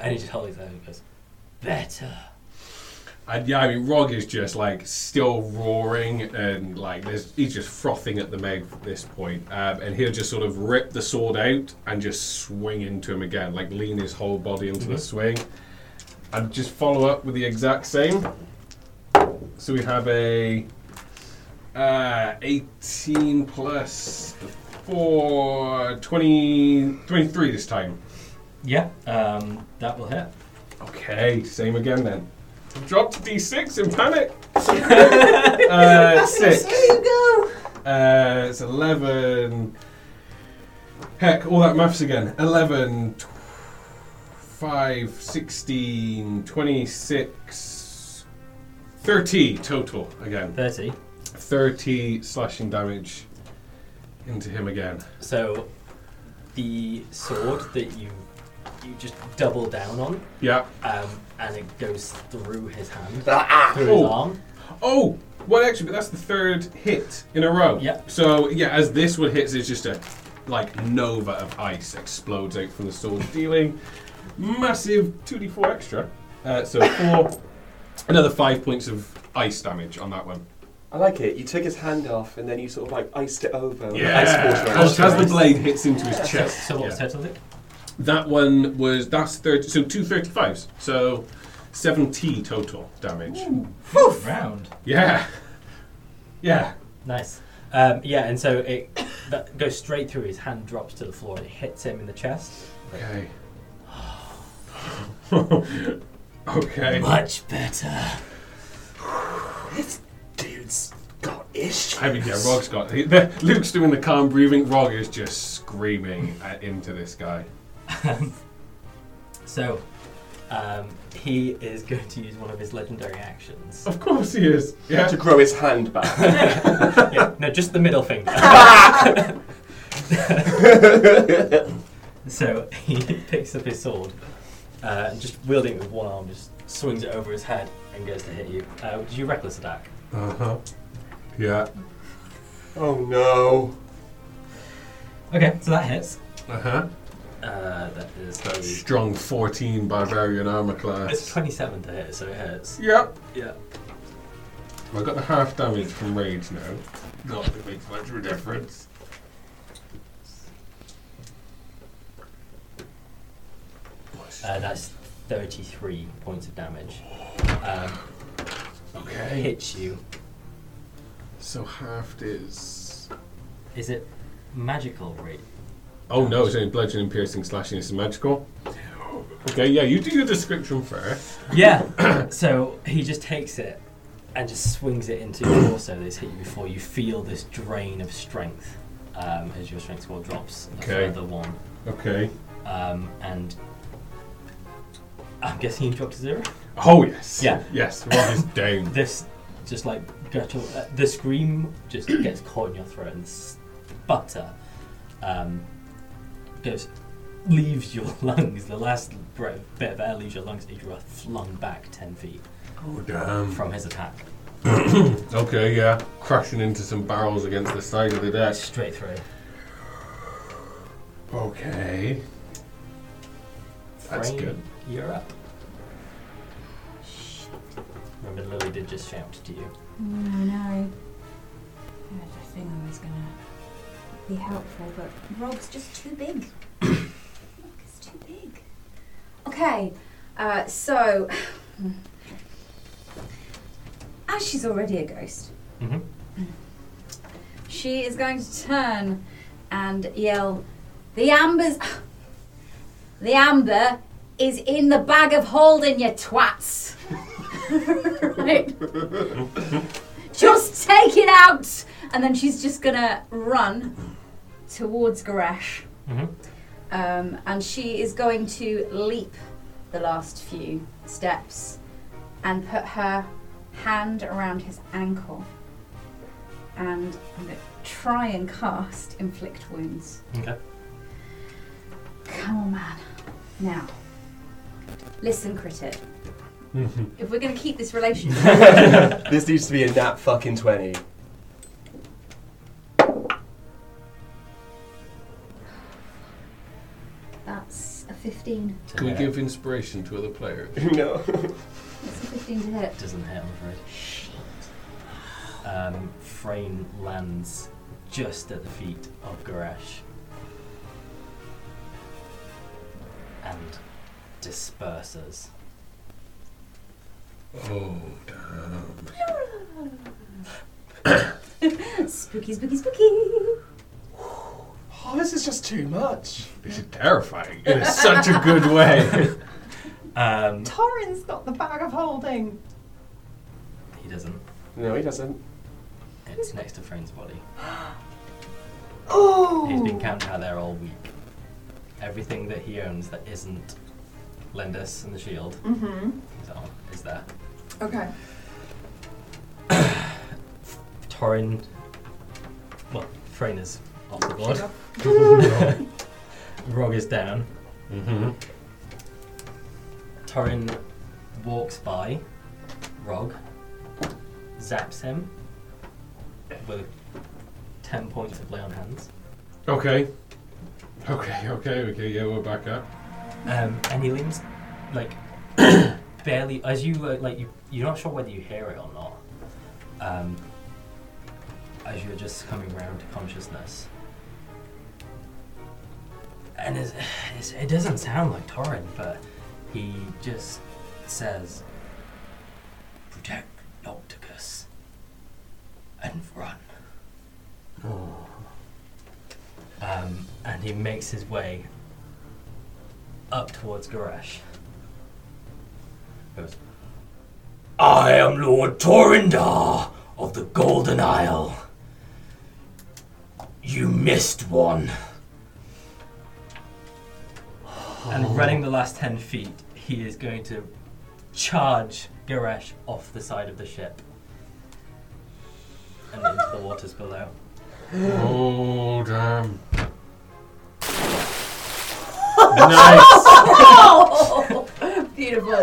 Speaker 5: and he just holds it there and he goes, "Better."
Speaker 1: And yeah, I mean, Rog is just like still roaring and like there's, he's just frothing at the Meg at this point. Um, and he'll just sort of rip the sword out and just swing into him again, like lean his whole body into the swing. And just follow up with the exact same. So we have a uh, 18 plus 4, 20, 23 this time.
Speaker 5: Yeah, um, that will hit.
Speaker 1: Okay, same again then. Dropped D6 in panic. uh, six. Uh, it's 11. Heck, all that maths again. 11, tw- 5, 16, 26, 30 total again.
Speaker 5: Thirty.
Speaker 1: 30 slashing damage into him again.
Speaker 5: So the sword that you you just double down on,
Speaker 1: Yeah.
Speaker 5: um, and it goes through his hand,
Speaker 2: Ah,
Speaker 5: through his
Speaker 1: Oh.
Speaker 5: arm.
Speaker 1: Oh, one extra, but that's the third hit in a row.
Speaker 5: Yeah.
Speaker 1: So yeah, as this one hits, it's just a like nova of ice explodes out from the sword, dealing massive two d four extra. Uh, so four, another five points of ice damage on that one.
Speaker 2: I like it. You took his hand off and then you sort of like iced it over. with
Speaker 1: Yeah.
Speaker 2: Ice water.
Speaker 1: As, as the
Speaker 5: Nice.
Speaker 1: blade hits into his
Speaker 5: So,
Speaker 1: chest.
Speaker 5: so what was
Speaker 1: yeah.
Speaker 5: total hit?
Speaker 1: That one was that's thirty. So two thirty-fives. So seventy total damage.
Speaker 5: Good Round.
Speaker 1: Yeah. Yeah.
Speaker 5: Nice. Um, yeah, and so it that goes straight through his hand, drops to the floor, and it hits him in the chest.
Speaker 1: Okay. okay.
Speaker 5: Much better.
Speaker 2: This dude's got issues.
Speaker 1: I mean, yeah, Rog's got. He, the, Luke's doing the calm breathing. Rog is just screaming at, into this guy.
Speaker 5: So, um, he is going to use one of his legendary actions.
Speaker 1: Of course he is. Yeah.
Speaker 2: To grow his hand back.
Speaker 5: yeah, no, just the middle finger. so he picks up his sword, uh, and just wielding it with one arm, just swings it over his head and goes to hit you. Uh, do you reckless attack?
Speaker 1: Uh huh. Yeah.
Speaker 2: oh no.
Speaker 5: Okay, so that hits.
Speaker 1: Uh huh.
Speaker 5: Uh, that is a,
Speaker 1: Strong 14 barbarian armor
Speaker 5: it's
Speaker 1: class.
Speaker 5: 27 to hit, so it hurts.
Speaker 1: Yep.
Speaker 5: Yeah.
Speaker 1: I got the half damage from rage now. Not that it makes much of a difference.
Speaker 5: Uh, that's 33 points of damage. Um,
Speaker 1: Okay.
Speaker 5: hits you.
Speaker 1: So halved is.
Speaker 5: Is it magical rate?
Speaker 1: Oh no, it's only bludgeoning, piercing, slashing. It's magical. Okay, yeah, you do your description first.
Speaker 5: Yeah. so he just takes it and just swings it into your torso that's hit you before. You feel this drain of strength um, as your strength score drops a
Speaker 1: Okay.
Speaker 5: further one.
Speaker 1: Okay.
Speaker 5: Um, and I'm guessing you dropped to zero.
Speaker 1: Oh yes.
Speaker 5: Yeah.
Speaker 1: Yes. Rob is down.
Speaker 5: This just like guttural, uh, the scream just gets caught in your throat and sputter um, goes leaves your lungs. The last breath, bit of air leaves your lungs, and you are flung back ten feet
Speaker 1: Oh damn.
Speaker 5: from his attack.
Speaker 1: Okay, yeah. Crashing into some barrels against the side of the deck.
Speaker 5: Straight through.
Speaker 1: Okay. That's
Speaker 5: Frame,
Speaker 1: good.
Speaker 5: You're up. Remember, Lily did just shout to you.
Speaker 3: No, no. Mm, I think I was gonna be helpful, but Rob's just too big. Look, it's too big. Okay, uh, so. As ah, she's already a ghost,
Speaker 5: Mm-hmm.
Speaker 3: she is going to turn and yell, The amber's. The amber is in the bag of holding, you twats! right? just take it out! And then she's just gonna run towards Goresh.
Speaker 5: Mhm.
Speaker 3: Um, and she is going to leap the last few steps and put her hand around his ankle. And I'm gonna try and cast Inflict Wounds.
Speaker 5: Okay.
Speaker 3: Come on, man. Now, listen, Critic. if we're gonna keep this relationship.
Speaker 2: This needs to be a nat fucking 20.
Speaker 3: That's a 15.
Speaker 5: So
Speaker 1: Can we
Speaker 5: yeah,
Speaker 1: give inspiration to other players?
Speaker 2: no.
Speaker 3: That's a 15 to hit.
Speaker 5: it Doesn't hit, I'm afraid. Um, Frame lands just at the feet of Goresh and disperses.
Speaker 1: Oh damn.
Speaker 3: Spooky, spooky, spooky.
Speaker 2: Oh, this is just too much.
Speaker 1: This is terrifying. In such a good way.
Speaker 5: Um,
Speaker 4: Torrin's got the bag of holding.
Speaker 5: he doesn't.
Speaker 2: No, he doesn't.
Speaker 5: It's next to Frame's body.
Speaker 4: Oh.
Speaker 5: He's been camped out there all week. Everything that he owns that isn't Lendus and the shield
Speaker 4: Mm-hmm.
Speaker 5: is, on, is there.
Speaker 4: Okay.
Speaker 5: Torin, well, Frain is off the board. Rog is down.
Speaker 1: mm-hmm.
Speaker 5: Torin walks by Rog, zaps him with 10 points of lay on hands,
Speaker 1: Okay. Okay, okay, okay, yeah, we're back up.
Speaker 5: um, and he leans like barely as you uh, like you you're not sure whether you hear it or not, um, as you're just coming round to consciousness. And it's, it's, it doesn't sound like Torin, but he just says, Protect Nocticus and run. Um, and he makes his way up towards Goresh. Goes, I am Lord Torindar of the Golden Isle. You missed one. And running the last 10 feet, he is going to charge Goresh off the side of the ship and into the waters below.
Speaker 1: Oh, damn. nice.
Speaker 3: Oh, beautiful.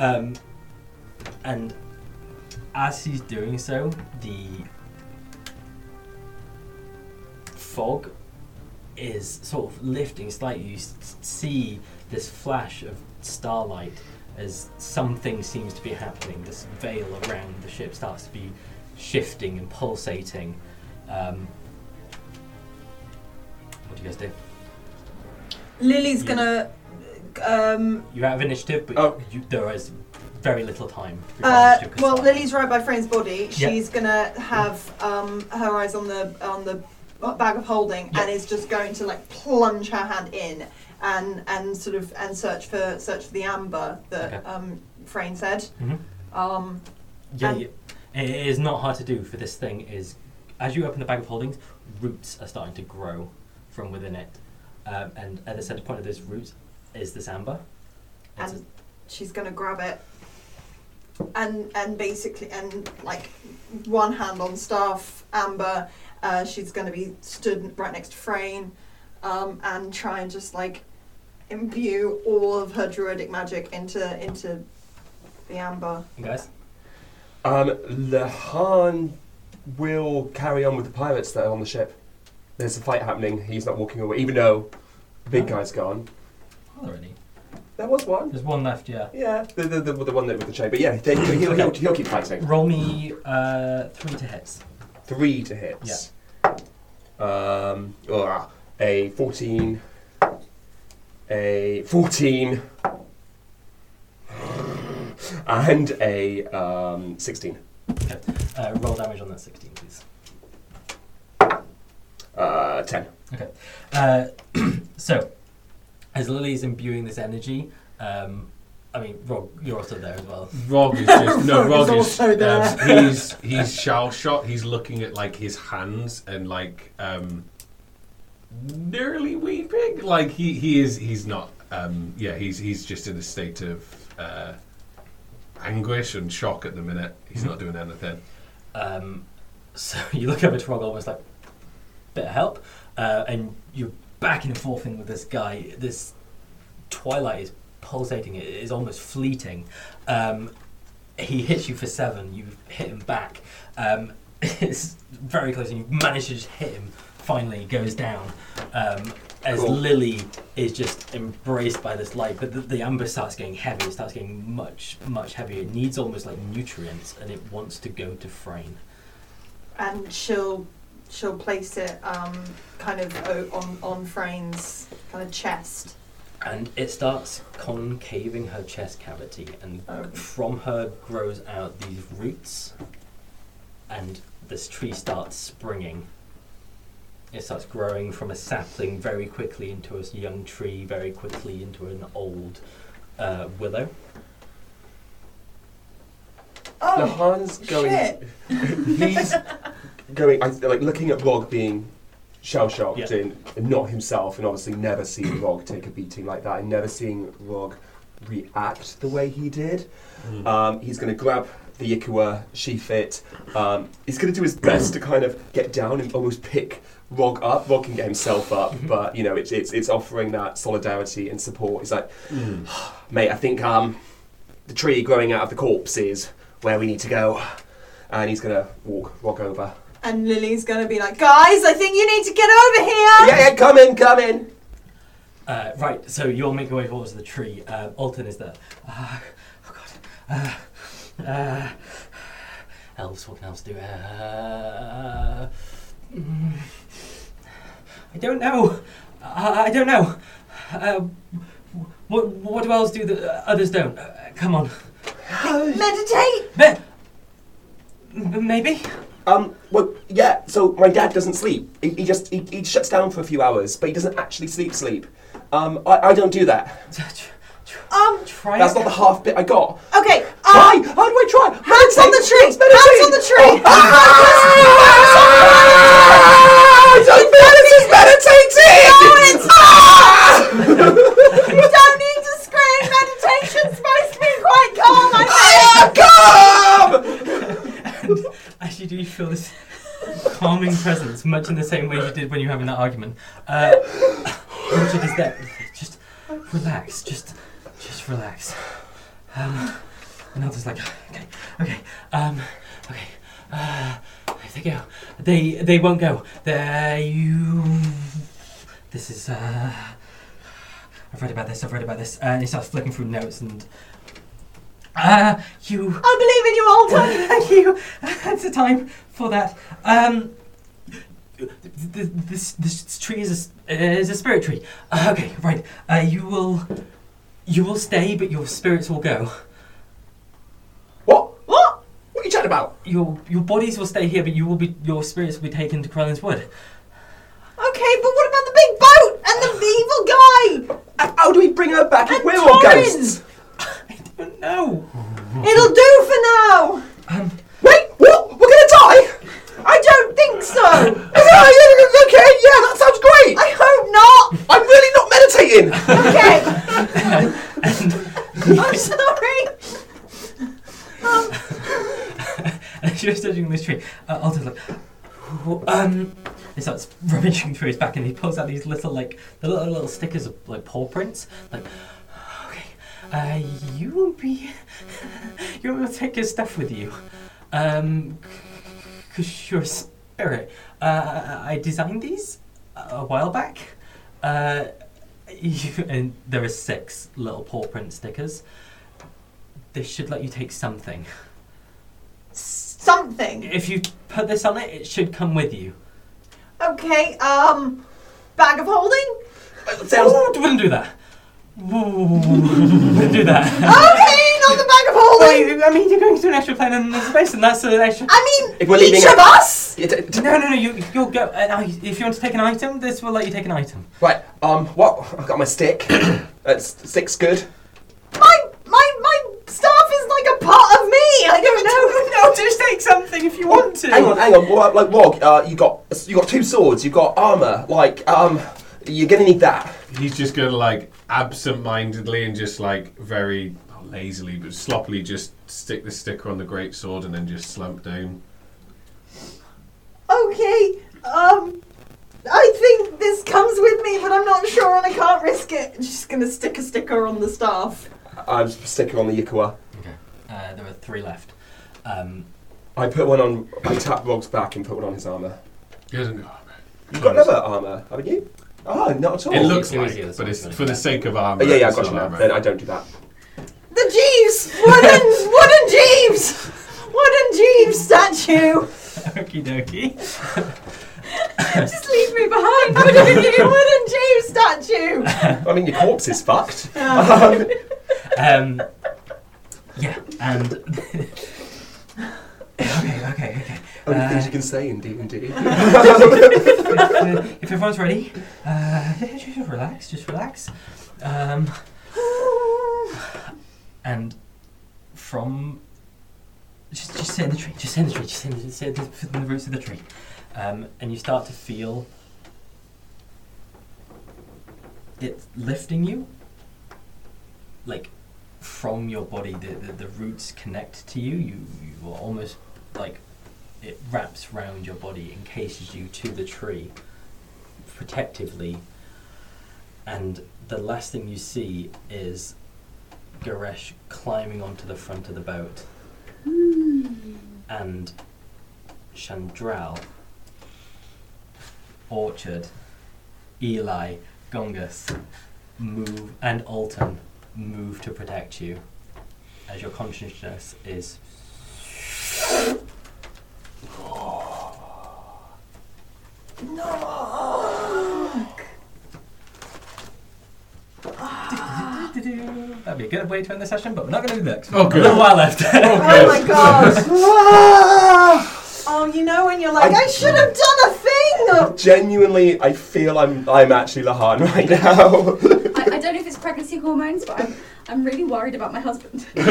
Speaker 5: Um, and as he's doing so, the fog is sort of lifting slightly. You s- see this flash of starlight as something seems to be happening. This veil around the ship starts to be shifting and pulsating. Um, what do you guys do?
Speaker 4: Lily's
Speaker 5: Yeah.
Speaker 4: gonna. Um,
Speaker 5: You're out of initiative, but
Speaker 2: Oh.
Speaker 5: you, there is very little time. before
Speaker 4: uh,
Speaker 5: initiative can
Speaker 4: well,
Speaker 5: start.
Speaker 4: Lily's right by Frame's body.
Speaker 5: Yeah.
Speaker 4: She's gonna have um, her eyes on the on the bag of holding,
Speaker 5: Yeah.
Speaker 4: and is just going to like plunge her hand in and and sort of and search for search for the amber that
Speaker 5: Okay.
Speaker 4: um, Frame said.
Speaker 5: Mhm.
Speaker 4: Um,
Speaker 5: Yeah,
Speaker 4: And-
Speaker 5: yeah. It it is not hard to do for this thing. Is as you open the bag of holdings, roots are starting to grow from within it, um, and at the center point of those roots is this amber. It's
Speaker 4: and she's gonna grab it and and basically and like one hand on staff amber uh, she's gonna be stood right next to Frayne um, and try and just like imbue all of her druidic magic into into the amber
Speaker 5: a- guys,
Speaker 2: Um, Lahan will carry on with the pirates that are on the ship. There's a fight happening. He's not walking away, even though the big guy's gone.
Speaker 4: Oh.
Speaker 5: are there any?
Speaker 2: There was one.
Speaker 5: There's one left. Yeah.
Speaker 2: Yeah, the, the, the, the one that with the chain. But yeah, they, he'll, he'll, he'll keep fighting.
Speaker 5: Roll me uh, three to hits.
Speaker 2: Three to hits. Um, ah, a 14. A 14. And a um, 16.
Speaker 5: Okay. Uh, roll damage on that sixteen, please.
Speaker 2: Uh, 10.
Speaker 5: Uh, so, as Lily is imbuing this energy, um, I mean, Rob, you're also there as well.
Speaker 1: Rob is just no.
Speaker 6: Rob
Speaker 1: Rob
Speaker 6: is
Speaker 1: is
Speaker 6: also there.
Speaker 1: um, he's he's shell shot. He's looking at like his hands and like um, nearly weeping. Like he he is he's not. Um, yeah, he's he's just in a state of uh, anguish and shock at the minute. He's
Speaker 2: Mm-hmm.
Speaker 1: not doing anything.
Speaker 5: Um, so you look over to Rog almost like, bit of help, uh, and you're backing and forthing with this guy. This twilight is pulsating, it is almost fleeting. Um, he hits you for seven, you hit him back. Um, it's very close, and you manage to just hit him. Finally, he goes down. Um, as
Speaker 2: Cool.
Speaker 5: Lily is just embraced by this light, but the, the amber starts getting heavy. It starts getting much, much heavier. It needs almost like nutrients, and it wants to go to Frame.
Speaker 4: and she'll she'll place it um, kind of o- on on Frayne's kind of chest
Speaker 5: and it starts concaving her chest cavity, and
Speaker 4: Oh.
Speaker 5: from her grows out these roots, and this tree starts springing. It starts growing from a sapling very quickly into a young tree, very quickly into an old uh, willow.
Speaker 4: oh
Speaker 2: Lahan's going.
Speaker 4: shit
Speaker 2: he's going I, like looking at Rog being shell shocked
Speaker 5: Yeah.
Speaker 2: and, and not himself, and obviously never seeing Rog take a beating like that, and never seeing Rog react the way he did. Um, he's going to grab the Ikua, sheath it. Um, he's going to do his best to kind of get down and almost pick Rog up. Rog can get himself up, but you know it's it's it's offering that solidarity and support. He's like, mate, I think um, the tree growing out of the corpse is where we need to go. And he's gonna walk, walk over.
Speaker 4: and Lily's gonna be like guys I think you need to get over here
Speaker 2: Yeah, yeah, come in, come in.
Speaker 5: Uh, right, so you'll make your way towards the tree. Uh, Alton is there. Uh, oh god. Uh, uh, elves, what can elves do? Uh, mm, I don't know. I, I don't know. Uh, what, what do elves do that others don't? Uh, come on.
Speaker 4: Meditate.
Speaker 5: Me- m- maybe?
Speaker 2: Um, well, yeah, so my dad doesn't sleep. He, he just, he, he shuts down for a few hours, but he doesn't actually sleep, sleep. Um, I, I don't do that.
Speaker 5: Tr- tr-
Speaker 4: Um.
Speaker 5: Try
Speaker 2: That's
Speaker 5: it.
Speaker 2: not the half bit I got.
Speaker 4: Okay. Um,
Speaker 2: Why? How do I try?
Speaker 4: Hands on the tree.
Speaker 2: Meditate. Oh,
Speaker 4: Hands on the tree.
Speaker 2: Ah! Don't- That is meditating!
Speaker 4: You don't need to scream. Meditation's supposed to be quite calm. I think.
Speaker 2: Ah! I am calm!
Speaker 5: Actually, do you feel this calming presence, much in the same way you did when you were having that argument? Uh, Richard is there. Just relax. Just, just relax. Um, and Elder's like, okay, okay, um, okay. Uh, they go. They they won't go. They you. This is. Uh, I've read about this. I've read about this. Uh, and he starts flicking through notes and. Uh, you.
Speaker 4: I believe in you, Alton.
Speaker 5: Thank you. It's a time for that. Um, th- th- this this tree is a s- uh, is a spirit tree. Uh, okay, right. Uh, you will you will stay, but your spirits will go.
Speaker 2: What? What? What are you chatting about?
Speaker 5: Your your bodies will stay here, but you will be your spirits will be taken to Crellin's Wood.
Speaker 4: Okay, but what about the big boat and the evil guy?
Speaker 2: And how do we bring her back if
Speaker 4: And
Speaker 2: we're all
Speaker 4: Torrin!
Speaker 2: ghosts?
Speaker 5: I don't know.
Speaker 4: It'll do for now.
Speaker 5: Um,
Speaker 2: Wait, what? We're gonna die?
Speaker 4: I don't think so.
Speaker 2: okay, yeah, that sounds great.
Speaker 4: I hope not.
Speaker 2: I'm really not meditating.
Speaker 4: Okay.
Speaker 5: and
Speaker 4: I'm sorry.
Speaker 5: as you're studying this tree, uh, Aldo's like, "Wh- um, he starts rummaging through his back and he pulls out these little like the little, little stickers of like paw prints. Like, okay, uh, you will be, you will take your stuff with you, um, because you're a spirit. Uh, I designed these a while back. Uh, you, and there are six little paw print stickers. This should let you take something.
Speaker 4: Something.
Speaker 5: If you put this on it, it should come with you.
Speaker 4: Okay. Um, bag of holding.
Speaker 2: sounds
Speaker 5: Ooh, wouldn't do that. Ooh, wouldn't do that.
Speaker 4: Okay, not the bag of
Speaker 5: Well,
Speaker 4: holding.
Speaker 5: you- I mean, you're going to an extra plane and there's space, and that's an extra.
Speaker 4: I mean,
Speaker 2: If we're
Speaker 4: each
Speaker 2: leaving
Speaker 4: of
Speaker 2: it-
Speaker 4: us.
Speaker 2: It- it-
Speaker 5: No, no, no. You, you'll go. And I, if you want to take an item, this will let you take an item.
Speaker 2: Right. Um. What? I've got my stick. That's stick's good.
Speaker 4: My my my staff is like a part of me. I don't know.
Speaker 5: No, just take something if you want to.
Speaker 2: Hang on, hang on. What, like Wog, uh, you got you got two swords. You got armor. Like um, you're gonna need that.
Speaker 1: He's just going to like absent-mindedly and just like very not lazily but sloppily just stick the sticker on the great sword and then just slump down.
Speaker 4: Okay. Um, I think this comes with me, but I'm not sure, and I can't risk it. I'm just gonna stick a sticker on the staff.
Speaker 2: I'm sticking on the Yikawa.
Speaker 5: Okay. Uh, there are three left. Um,
Speaker 2: I put one on. I tap Wog's back and put one on his armor.
Speaker 1: He oh, doesn't go.
Speaker 2: You've got another armor, haven't you? Oh, not at all.
Speaker 1: It looks
Speaker 5: it was
Speaker 1: like,
Speaker 5: the other
Speaker 1: but it's
Speaker 5: side,
Speaker 1: for the
Speaker 5: yeah.
Speaker 1: sake of armor.
Speaker 2: Oh, yeah, yeah, I
Speaker 1: it's
Speaker 2: got
Speaker 1: not
Speaker 2: you now.
Speaker 1: armor.
Speaker 2: Then I don't do that.
Speaker 4: The Jeeves wooden wooden Jeeves wooden Jeeves statue.
Speaker 5: okie dokie.
Speaker 4: Just leave me behind. Wooden Jeeves- wooden Jeeves statue. Oh
Speaker 2: I mean, your corpse is fucked.
Speaker 5: Um, yeah, and. okay, okay, okay.
Speaker 2: Only
Speaker 5: Uh,
Speaker 2: things you can say in D and D.
Speaker 5: if, uh, if everyone's ready, uh, just relax, just relax. Um, and from just just sit in the tree, just sit in the tree, just sit in, sit in, the, sit in the roots of the tree, um, and you start to feel it lifting you, like from your body. The the, the roots connect to you. You you are almost like it wraps round your body, encases you to the tree protectively, and the last thing you see is Goresh climbing onto the front of the boat and Chandral, Orchard, Eli, Gongus move and Alton move to protect you as your consciousness is That'd be a good way to end the session, but we're not going to do that. 'cause
Speaker 1: Oh,
Speaker 5: we've got
Speaker 1: good.
Speaker 5: A little while left.
Speaker 4: Oh my god! oh, you know when you're like, I,
Speaker 2: I-
Speaker 4: should have done a thing.
Speaker 2: Genuinely, I feel I'm I'm actually Lahan right now.
Speaker 3: I, I don't know if it's pregnancy hormones, but I'm, I'm really worried about my husband. Torian,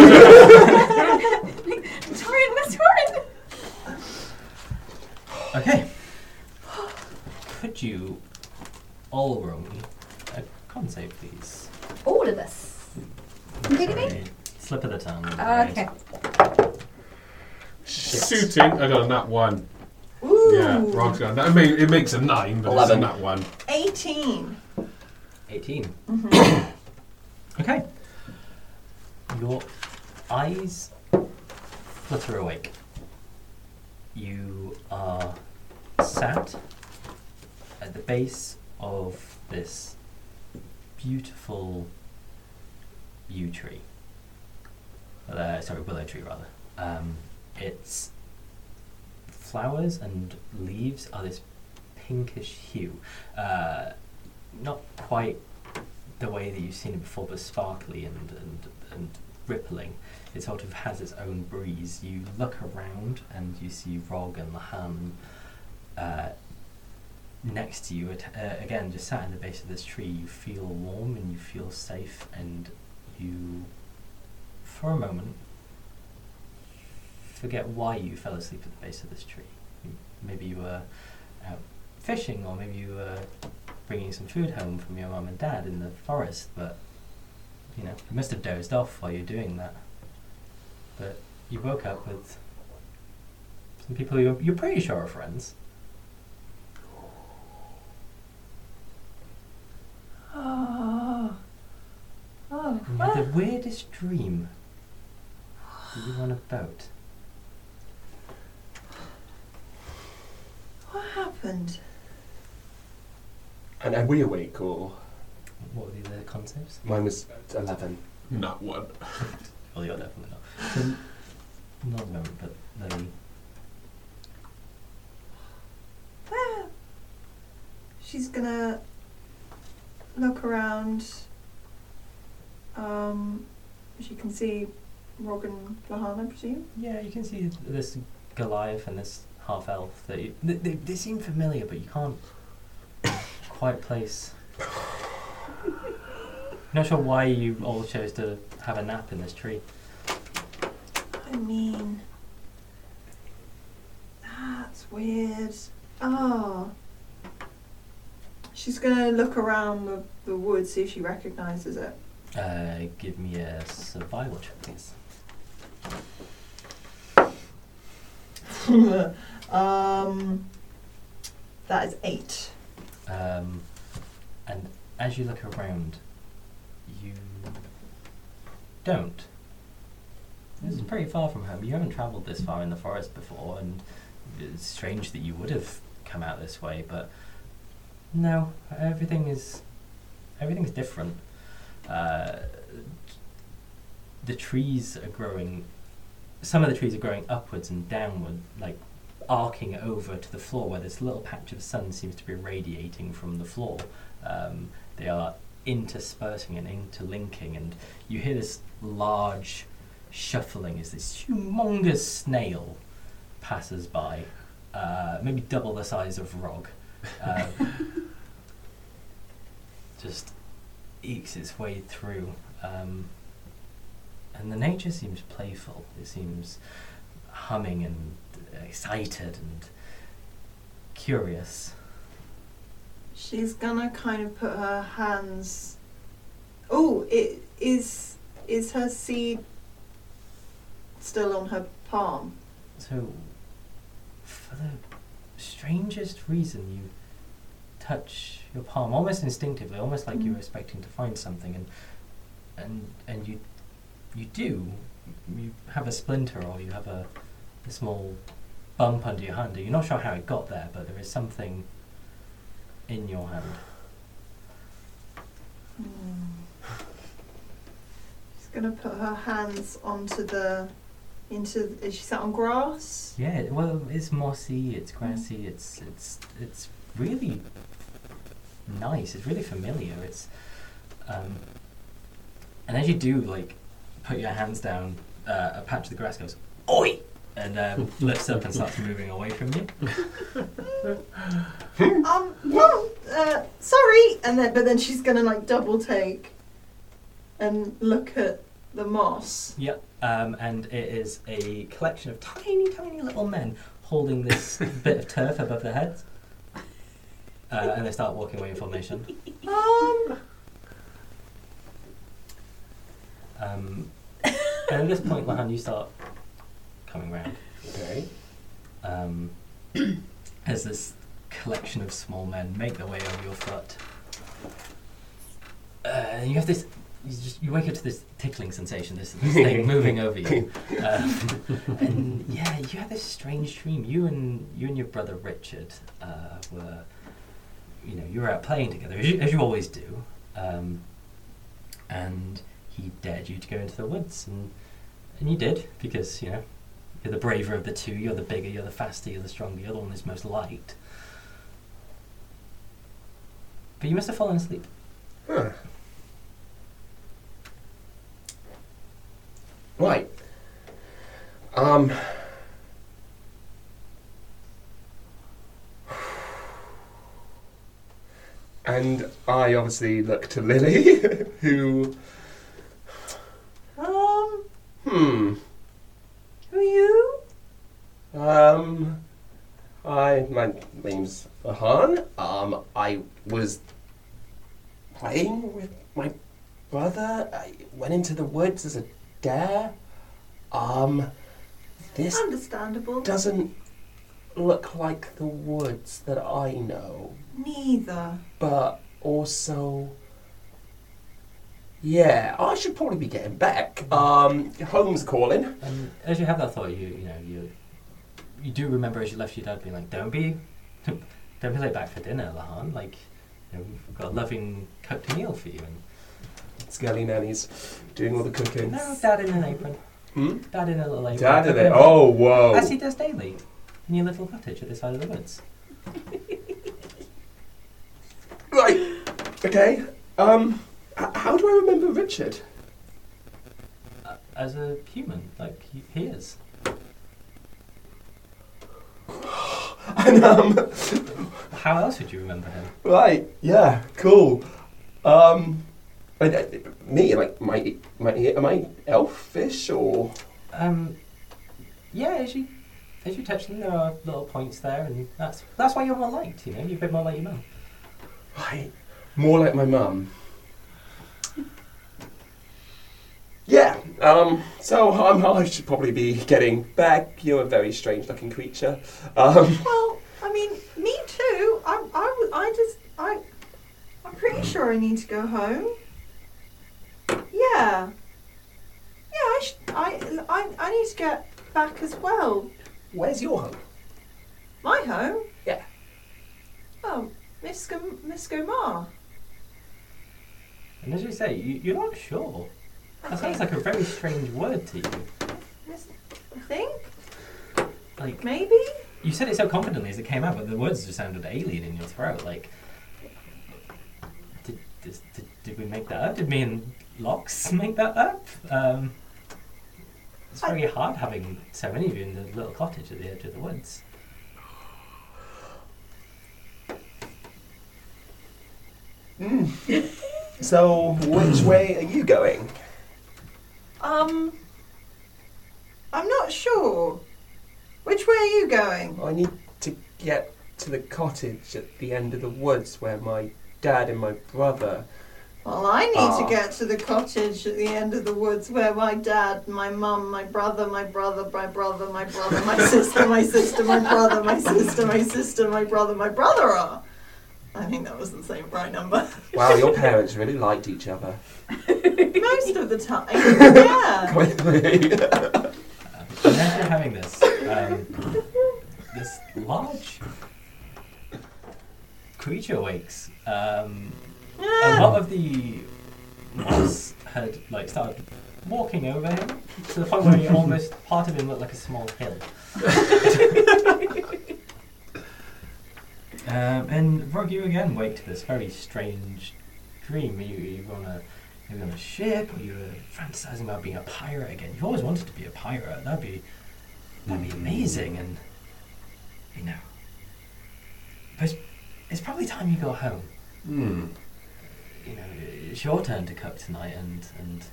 Speaker 3: where's Torian?
Speaker 5: okay. Could you all roll me a con save, please?
Speaker 3: All of us. Including me? Oh,
Speaker 5: Sorry. Slip of the tongue. right.
Speaker 3: Okay.
Speaker 1: Suiting. I got a nat one.
Speaker 4: Ooh,
Speaker 1: Yeah, Rob's got a nat. I mean, it makes a nine, but
Speaker 2: Eleven.
Speaker 1: it's a nat one.
Speaker 4: 18.
Speaker 5: 18. okay. Your eyes flutter awake. You are sat at the base of this beautiful yew tree. Uh, sorry, willow tree rather. Um, its flowers and leaves are this pinkish hue. Uh, not quite the way that you've seen it before, but sparkly and, and, and rippling. It sort of has its own breeze. You look around and you see Rog and Lahan uh, next to you. It, uh, again, just sat in the base of this tree, you feel warm and you feel safe, and you, for a moment, forget why you fell asleep at the base of this tree. M- Maybe you were out fishing, or maybe you were bringing some food home from your mum and dad in the forest, but you know, you must have dozed off while you're doing that. But you woke up with some people you're, you're pretty sure are friends.
Speaker 4: Oh. Oh.
Speaker 5: And you had the weirdest dream. that You were on a boat.
Speaker 4: What happened?
Speaker 2: and are we awake or
Speaker 5: What were the other concepts?
Speaker 2: mine was eleven?
Speaker 1: Nat one.
Speaker 5: Well, you're definitely not. So, not at the moment, but the
Speaker 4: She's gonna look around. Um, she can see Rogan Lahan, I presume.
Speaker 5: Yeah, you can see this Goliath and this half elf. That you, they, they, they seem familiar, but you can't quite place. Not sure why you all chose to have a nap in this tree.
Speaker 4: I mean, that's weird. Oh. She's gonna look around the, the wood, see if she recognizes it.
Speaker 5: Uh, give me a survival check, please.
Speaker 4: um, that is eight.
Speaker 5: Um, and as you look around, you don't. This is pretty far from home. You haven't travelled this far in the forest before, and it's strange that you would have come out this way. But no, everything is everything's different. Uh, the trees are growing. Some of the trees are growing upwards and downward, like arcing over to the floor where this little patch of sun seems to be radiating from the floor. Um, they are interspersing and interlinking, and you hear this large shuffling as this humongous snail passes by, uh, maybe double the size of Rog. Uh, just ekes its way through. Um, and the nature seems playful. It seems humming and excited and curious.
Speaker 4: She's gonna kind of put her hands. Oh, it is. Is her seed still on her palm?
Speaker 5: So, for the strangest reason, you touch your palm almost instinctively, almost like you were
Speaker 4: Mhm.
Speaker 5: expecting to find something, and and and you you do. You have a splinter, or you have a, a small bump under your hand. You're not sure how it got there, but there is something in your hand.
Speaker 4: Hmm. She's gonna put her hands onto the. Into is she sat on grass?
Speaker 5: Yeah, well, it's mossy, it's grassy, it's it's it's really nice. It's really familiar. It's um, and as you do like put your hands down, uh, a patch of the grass goes oi and um, lifts up and starts moving away from you.
Speaker 4: Um, well, uh, sorry. And then, but then she's gonna like double take and look at the moss.
Speaker 5: Yep. Um, and it is a collection of tiny, tiny little men holding this bit of turf above their heads. Uh, and they start walking away in formation.
Speaker 4: Um,
Speaker 5: Um, and at this point, Lahan, you start coming round.
Speaker 2: Okay.
Speaker 5: Um, as this collection of small men make their way on your foot. Uh, and you have this. You, just, you wake up to this tickling sensation, this, this thing moving over you, um, and yeah, you had this strange dream. You and you and your brother Richard uh, were, you know, you were out playing together as you, as you always do, um, and he dared you to go into the woods, and and you did because you know you're the braver of the two. You're the bigger. You're the faster. You're the stronger. You're the one who's most liked. But you must have fallen asleep.
Speaker 2: Right. Um. And I obviously look to Lily, who.
Speaker 4: um,
Speaker 2: Hmm.
Speaker 4: who are you?
Speaker 2: Um. I. My name's Ahan. Um. I was playing with my brother. I went into the woods as a dare. Um. This
Speaker 4: Understandable.
Speaker 2: doesn't look like the woods that I know,
Speaker 4: Neither.
Speaker 2: but also. Yeah, I should probably be getting back. Um, Holmes calling.
Speaker 5: And as you have that thought, you you know you you do remember as you left your dad being like, "Don't be, don't be late back for dinner, Lahan. Like, you know, we've got a loving cooked meal for you." And
Speaker 2: Skelly Nanny's doing all the cooking.
Speaker 5: no, dad in an apron.
Speaker 2: Hmm?
Speaker 5: Dad in a little apron.
Speaker 2: Dad in it.
Speaker 5: cooking-
Speaker 2: Oh, whoa.
Speaker 5: As he does daily, in your little cottage at the side of the woods.
Speaker 2: Right. Okay. Um, h- how do I remember Richard?
Speaker 5: Uh, as a human, like he, he is.
Speaker 2: And, um,
Speaker 5: How else would you remember him?
Speaker 2: right. Yeah. Cool. Um, and, uh, me like my my am I elfish or?
Speaker 5: Um, yeah, as you as you touch them, there are little points there, and that's that's why you're more liked. You know, you're a bit more like your mum.
Speaker 2: Right. More like my mum. Yeah, um, so um, I should probably be getting back. You're a very strange looking creature. Um,
Speaker 4: Well, I mean, me too. I, I, w- I just, I, I'm pretty sure I need to go home. Yeah. Yeah, I, sh- I, I, I need to get back as well.
Speaker 2: where's your home?
Speaker 4: My home.
Speaker 2: Yeah.
Speaker 4: Oh, Misco, Misco Mar.
Speaker 5: And as you say, you, you're not sure. That sounds like a very strange word to you.
Speaker 4: Mis- I think
Speaker 5: Like
Speaker 4: maybe.
Speaker 5: you said it so confidently as it came out, but the words just sounded alien in your throat. Like, did did, did, did we make that up? Did me and Locks make that up? Um, it's very hard having so many of you in the little cottage at the edge of the woods.
Speaker 2: So, which way are you going?
Speaker 4: Um, I'm not sure. Which way are you going?
Speaker 2: I need to get to the cottage at the end of the woods where my dad and my brother.
Speaker 4: Well, I need
Speaker 2: Ah.
Speaker 4: to get to the cottage at the end of the woods where my dad, my mum, my brother, my brother, my brother, my brother, my sister, my sister, my brother, my sister, my sister, my brother, my brother are. I think that was the same right number.
Speaker 2: Wow, your parents really liked each other.
Speaker 4: Most of the time, yeah.
Speaker 5: And as you're having this, um, this large creature wakes. Um, a lot of the moss had like started walking over him to the point where he almost part of him looked like a small hill. Um, and Rog, you again wake to this very strange dream. You, you're on a you're on a ship, or you're fantasizing about being a pirate again. You've always wanted to be a pirate. That'd be that'd be amazing. And you know, but it's, it's probably time you got home.
Speaker 1: Hmm.
Speaker 5: You know, it's your turn to cook tonight, and and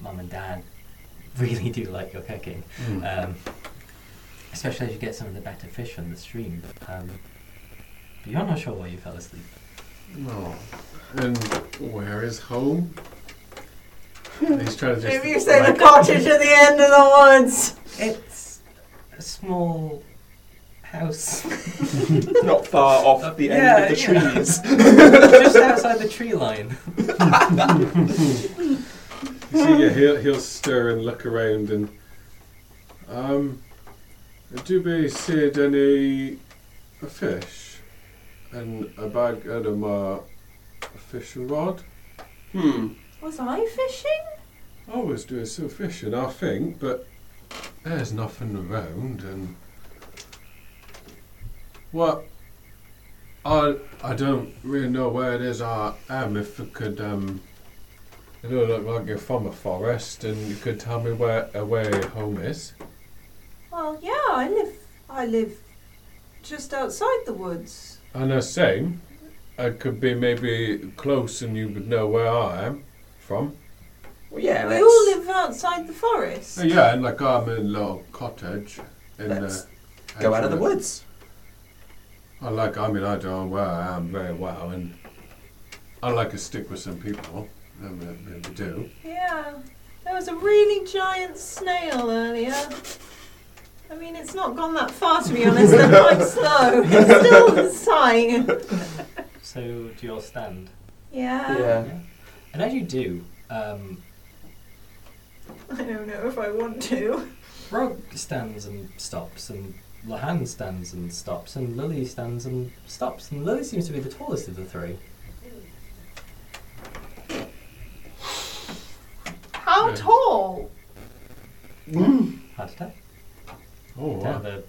Speaker 5: mum and dad really do like your cooking.
Speaker 1: Hmm.
Speaker 5: Um, especially as you get some of the better fish from the stream. Um, but you're not sure why you fell asleep.
Speaker 1: Oh. And where is home?
Speaker 2: Hmm.
Speaker 1: He's trying to just.
Speaker 4: Maybe you say
Speaker 1: like-
Speaker 4: the cottage at the end of the woods.
Speaker 5: It's a small house
Speaker 2: Not far off the end of the
Speaker 5: Yeah, yeah.
Speaker 2: trees.
Speaker 5: just outside the tree line.
Speaker 1: So yeah, he'll, he'll stir and look around and. Um, do they said any fish? And a bag and um, uh, a fishing rod?
Speaker 2: Hmm.
Speaker 4: Was I fishing?
Speaker 1: I was doing some fishing, I think, but there's nothing around and. What? I, I don't really know where it is I am. If it could, um. It don't look like you're from a forest and you could tell me where, uh, where your home is.
Speaker 4: Well, yeah, I live. I live just outside the woods.
Speaker 1: And the same, I could be maybe close and you would know where I am from.
Speaker 2: Well, yeah,
Speaker 4: we
Speaker 2: let's,
Speaker 4: all live outside the forest.
Speaker 1: Uh, yeah, and like I'm in a little cottage. In uh,
Speaker 2: let's
Speaker 1: the,
Speaker 2: go out of the
Speaker 1: actual-
Speaker 2: woods.
Speaker 1: I like, I mean, I don't know where I am very well, and I like to stick with some people. And we, we- we do.
Speaker 4: Yeah, there was a really giant snail earlier. I mean, it's not gone that far to be honest. They're quite slow. It's still sighing.
Speaker 5: So do your stand.
Speaker 4: Yeah.
Speaker 2: Yeah.
Speaker 5: Yeah. And as you do, um,
Speaker 4: I don't know if I want to.
Speaker 5: Rog stands and stops, and Lahan stands and stops, and Lily stands and stops, and Lily seems to be the tallest of the three.
Speaker 4: How
Speaker 1: Yeah.
Speaker 4: tall?
Speaker 5: Hard to tell.
Speaker 1: Oh,
Speaker 5: Tell
Speaker 1: wow.
Speaker 5: the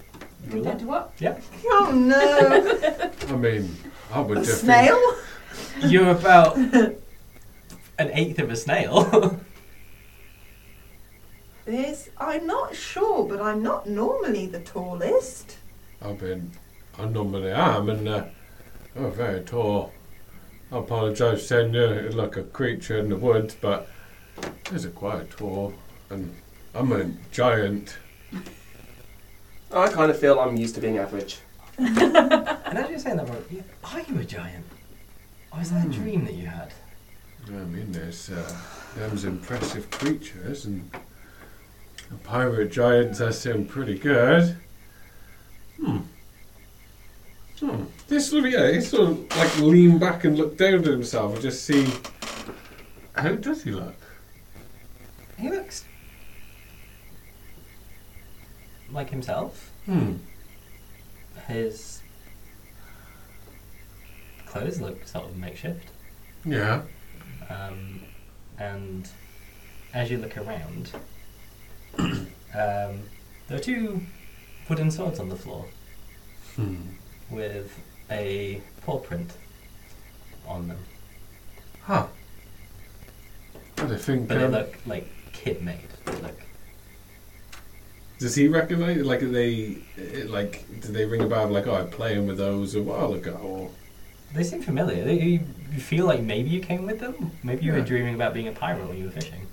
Speaker 6: Compared to what?
Speaker 5: Yeah.
Speaker 4: Oh no!
Speaker 1: I mean, I would
Speaker 4: A
Speaker 1: just.
Speaker 4: snail?
Speaker 5: You're about an eighth of a snail.
Speaker 4: This I'm not sure, but I'm not normally the tallest.
Speaker 1: I mean, I normally am, and uh, I'm very tall. I apologise for saying you're like a creature in the woods, but there's a quite tall, and I'm a giant.
Speaker 2: I kind of feel I'm used to being average.
Speaker 5: and as you're saying that, Rog, you- are you a giant? Or is that a dream that you had?
Speaker 1: I mean, there's uh, them's impressive creatures, and the pirate giants that sound pretty good. Hmm. Hmm. This sort of, yeah, he sort of like lean back and look down at himself and just see how does he look.
Speaker 5: He looks like himself.
Speaker 1: Hmm.
Speaker 5: His clothes look sort of makeshift.
Speaker 1: Yeah.
Speaker 5: Um, and as you look around, um, there are two wooden swords on the floor
Speaker 1: Hmm.
Speaker 5: with a paw print on them.
Speaker 1: Huh. But I think.
Speaker 5: But they
Speaker 1: um,
Speaker 5: look like kid made. They look.
Speaker 1: Does he recognize? Like, are they eh, like? Did they ring a bell? Like, oh, I playing with those a while ago. Or,
Speaker 5: They seem familiar. They, you you feel like maybe you came with them. Maybe you were
Speaker 1: Yeah.
Speaker 5: dreaming about being a pirate when you were fishing.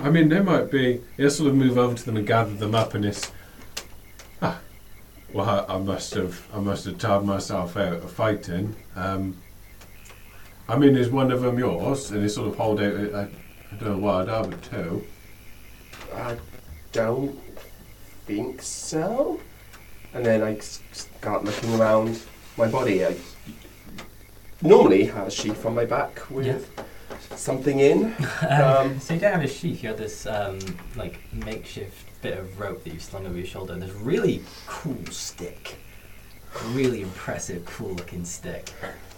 Speaker 1: I mean, they might be. He'll sort of move over to them and gather them up, and it's. Ah, well, I, I must have. I must have tired myself out of fighting. Um, I mean, is one of them yours? And he sort of hold out. I, I don't know why I'd have it too.
Speaker 2: I don't think so. And then I s- start looking around my body. I normally have a sheath on my back with something in. Um,
Speaker 5: So you don't have a sheath. You have this um, like makeshift bit of rope that you've slung over your shoulder, and this really cool stick, really impressive, cool-looking stick.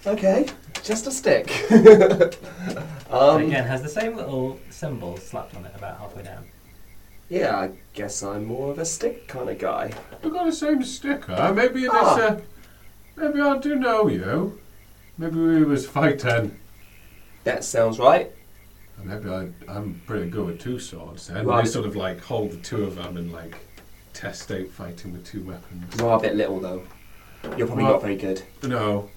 Speaker 2: okay, just a stick.
Speaker 5: But
Speaker 2: um,
Speaker 5: again, has the same little symbol slapped on it about halfway down.
Speaker 2: yeah, I guess I'm more of a stick kind of guy.
Speaker 1: We've got the same sticker. Maybe it is
Speaker 2: Ah.
Speaker 1: a. Maybe I do know you. Maybe we was fighting.
Speaker 2: That sounds right.
Speaker 1: And maybe I, I'm pretty good with two swords. And
Speaker 2: Right.
Speaker 1: they sort of like hold the two of them and like test out fighting with two weapons.
Speaker 2: You are a bit little though. You're probably
Speaker 1: Well-
Speaker 2: not very good.
Speaker 1: No,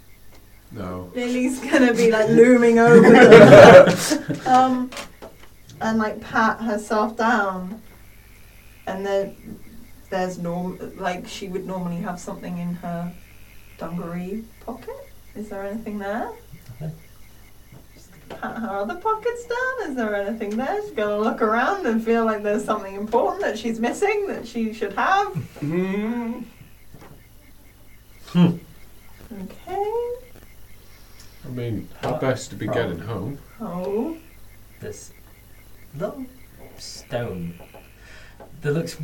Speaker 1: no.
Speaker 4: Lily's gonna be like looming over them. um, and like pat herself down. And then there's norm like she would normally have something in her dungaree pocket. Is there anything there?
Speaker 5: Nothing.
Speaker 4: She's gonna Pat her other pockets down. Is there anything there? She's gonna look around and feel like there's something important that she's missing that she should have.
Speaker 2: Mm.
Speaker 4: Okay.
Speaker 1: I mean, how best to be
Speaker 5: Problem.
Speaker 1: getting home?
Speaker 4: Oh.
Speaker 5: this little stone that looks,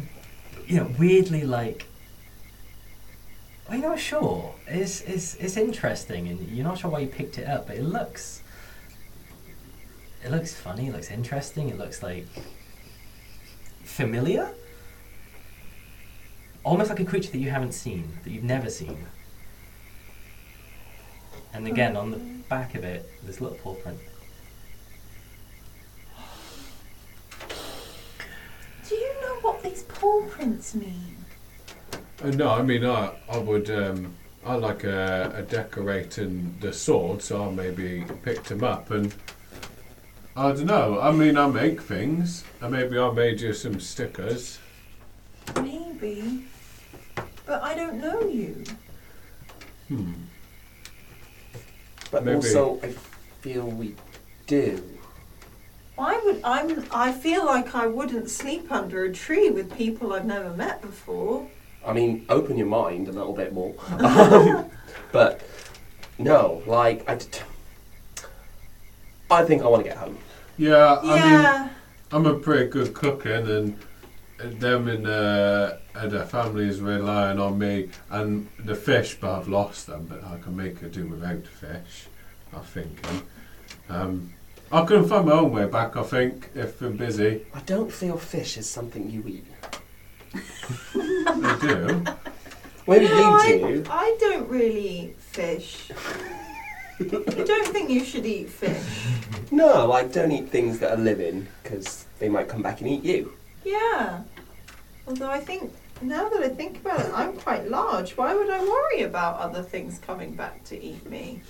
Speaker 5: you know, weirdly like. Well, you're not sure. It's, it's, it's interesting, and you're not sure why you picked it up, but it looks. It looks funny, it looks interesting, it looks like. familiar? Almost like a creature that you haven't seen, that you've never seen. And again, on the back of it, there's a little paw print.
Speaker 4: Do you know what these paw prints mean?
Speaker 1: Uh, no, I mean, I, I would, um, I like a, a decorating the sword, so I maybe picked him up and. I don't know. I mean, I make things. And maybe I made you some stickers.
Speaker 4: Maybe. But I don't know you.
Speaker 1: Hmm.
Speaker 2: But
Speaker 1: Maybe.
Speaker 2: also, I feel we do.
Speaker 4: I would I'm I feel like I wouldn't sleep under a tree with people I've never met before.
Speaker 2: I mean, open your mind a little bit more. Um, but no, like I, d- I think I want to get home.
Speaker 1: Yeah, I mean,
Speaker 4: yeah.
Speaker 1: I'm a pretty good cook, and then them and uh, and their families relying on me and the fish, but I've lost them. But I can make a do without fish. I think. um, Um, I can find my own way back. I think if I'm busy,
Speaker 2: I don't feel fish is something you eat.
Speaker 1: I do.
Speaker 2: Maybe
Speaker 4: no,
Speaker 2: you
Speaker 4: I,
Speaker 2: do.
Speaker 4: I don't really eat fish. I don't think you should eat fish.
Speaker 2: No, like don't eat things that are living because they might come back and eat you.
Speaker 4: Yeah. Although I think now that I think about it, I'm quite large. Why would I worry about other things coming back to eat me?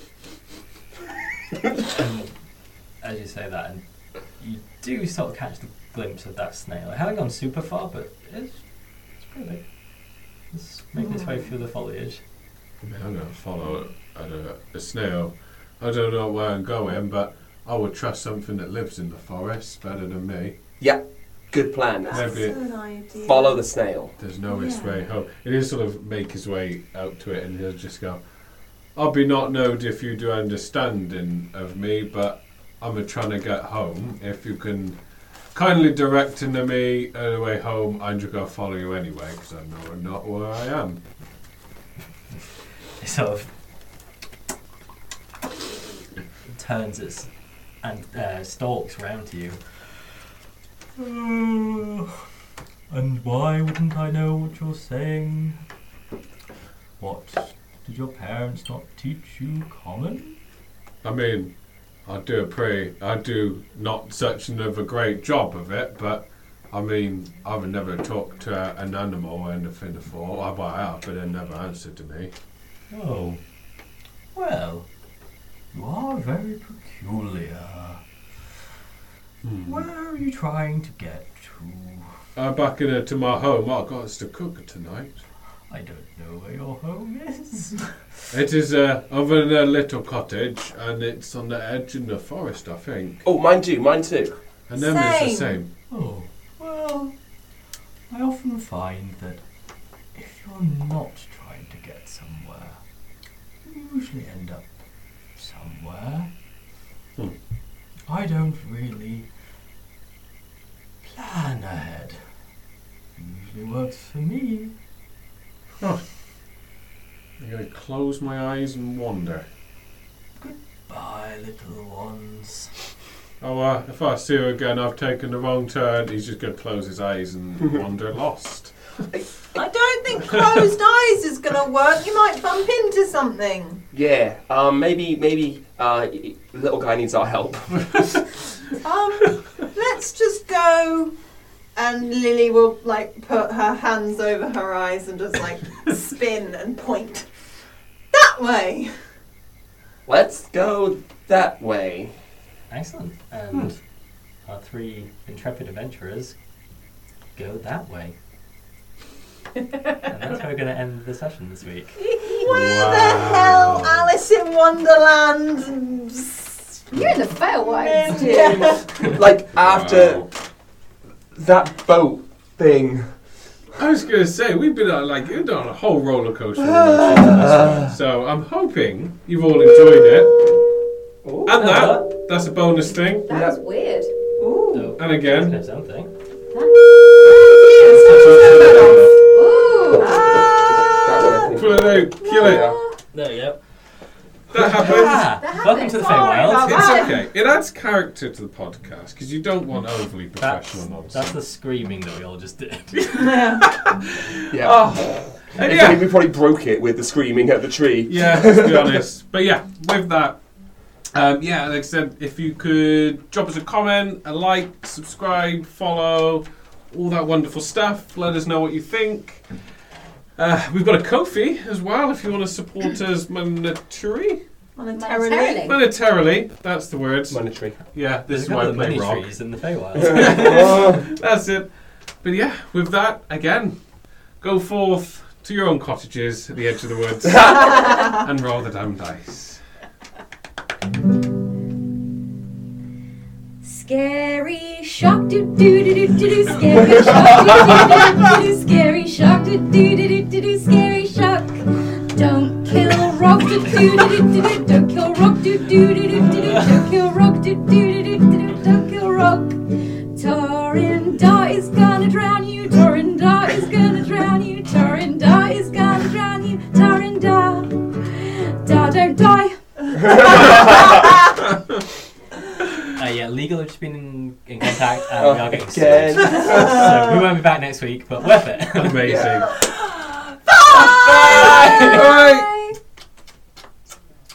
Speaker 5: And as you say that, and you do sort of catch the glimpse of that snail. It hasn't gone super far, but it's, it's pretty big. It's making its way through the foliage.
Speaker 1: I mean, I'm gonna follow a, a, a snail. I don't know where I'm going, but I would trust something that lives in the forest better than me.
Speaker 2: Yep, good plan.
Speaker 4: That's
Speaker 1: Maybe.
Speaker 4: an idea.
Speaker 2: Follow the snail.
Speaker 1: There's no his
Speaker 4: Yeah.
Speaker 1: way home. He'll sort of make his way out to it and he'll just go, I'll be not knowed if you do understanding of me, but I'm a trying to get home. If you can kindly direct into me on the way home, I'm just going to follow you anyway because I know not where I am.
Speaker 5: It sort of turns its and uh, stalks round to you. Uh, And why wouldn't I know what you're saying? What did your parents not teach you common?
Speaker 1: I mean, I do pray, I do not such another great job of it, but I mean, I've never talked to an animal or anything before. I, well, I have, but they never answered to me.
Speaker 5: Oh. Well, you are very peculiar. Where are you trying to get to?
Speaker 1: Uh, back in, uh, to my home. Oh God, it's the cook tonight.
Speaker 5: I don't know where your home is.
Speaker 1: It is uh, over in a little cottage, and it's on the edge in the forest, I think.
Speaker 2: Oh, mine too. Mine too.
Speaker 1: And then it's the
Speaker 4: Same.
Speaker 1: same.
Speaker 5: oh, well, I often find that if you're not trying to get somewhere, you usually end up somewhere.
Speaker 1: Hmm.
Speaker 5: I don't really plan ahead. Usually works for me.
Speaker 1: I'm gonna close my eyes and wander.
Speaker 5: Bye, little ones.
Speaker 1: Oh, uh, if I see her again, I've taken the wrong turn. He's just gonna close his eyes and wander lost.
Speaker 4: I don't think think closed eyes is going to work. You might bump into something.
Speaker 2: Yeah, um, maybe maybe uh, y- little guy needs our help.
Speaker 4: Um, let's just go. And Lily will like put her hands over her eyes and just like spin and point that way.
Speaker 2: Let's go that way.
Speaker 5: Excellent. And
Speaker 1: Hmm.
Speaker 5: our three intrepid adventurers go that way. and that's how we're going to end the session this week.
Speaker 4: Where the hell, Alice in Wonderland?
Speaker 7: You're in the Feywild, dude.
Speaker 2: like after
Speaker 1: Wow.
Speaker 2: that boat thing.
Speaker 1: I was gonna say we've been on like you've been on a whole roller coaster, of emotions this one. so I'm hoping you've all enjoyed it. And that that's a bonus thing.
Speaker 7: That was weird.
Speaker 4: Ooh.
Speaker 5: So,
Speaker 1: And again,
Speaker 5: there's something.
Speaker 7: Ooh.
Speaker 6: Ah,
Speaker 2: That's what I think.
Speaker 1: pull it out, kill it.
Speaker 2: Yeah.
Speaker 5: There we go.
Speaker 1: That happened.
Speaker 5: Ah, welcome to the Feywild.
Speaker 1: It's okay. It adds character to the podcast because you don't want overly professional
Speaker 5: That's, that's
Speaker 1: nonsense.
Speaker 5: the screaming that we all just did.
Speaker 2: Yeah.
Speaker 1: And
Speaker 2: We
Speaker 1: Oh, yeah,
Speaker 2: probably- we probably broke it with the screaming at the tree.
Speaker 1: yeah. To be honest, but yeah, with that, um, yeah. Like I said, if you could drop us a comment, a like, subscribe, follow, all that wonderful stuff. Let us know what you think. Uh, we've got a Kofi as well if you want to support us monetarily.
Speaker 4: Monetarily.
Speaker 1: Monetarily, that's the word.
Speaker 2: Monetary.
Speaker 1: yeah, this
Speaker 5: There's
Speaker 1: is
Speaker 5: a
Speaker 1: why
Speaker 5: couple
Speaker 1: I
Speaker 5: of
Speaker 1: play
Speaker 5: money
Speaker 1: rock.
Speaker 5: trees in the Feywild.
Speaker 1: That's it. But yeah, with that, again, go forth to your own cottages at the edge of the woods and roll the damn dice.
Speaker 7: Scary shark do do do do do do scary shark do do do do do scary shark do do do do do do scary shark don't kill rock do do do do do do don't kill rock do do do do do do don't kill rock do do do do do do don't kill rock Torin Dar is gonna drown you Torin Dar is gonna drown you Torin Dar is gonna drown you Torin Dar Dar don't die
Speaker 5: uh, yeah, legal have just been in, in contact and we are getting
Speaker 2: Again.
Speaker 5: sued. so we won't be back next week, but worth it.
Speaker 1: Amazing.
Speaker 2: Bye.
Speaker 1: All right.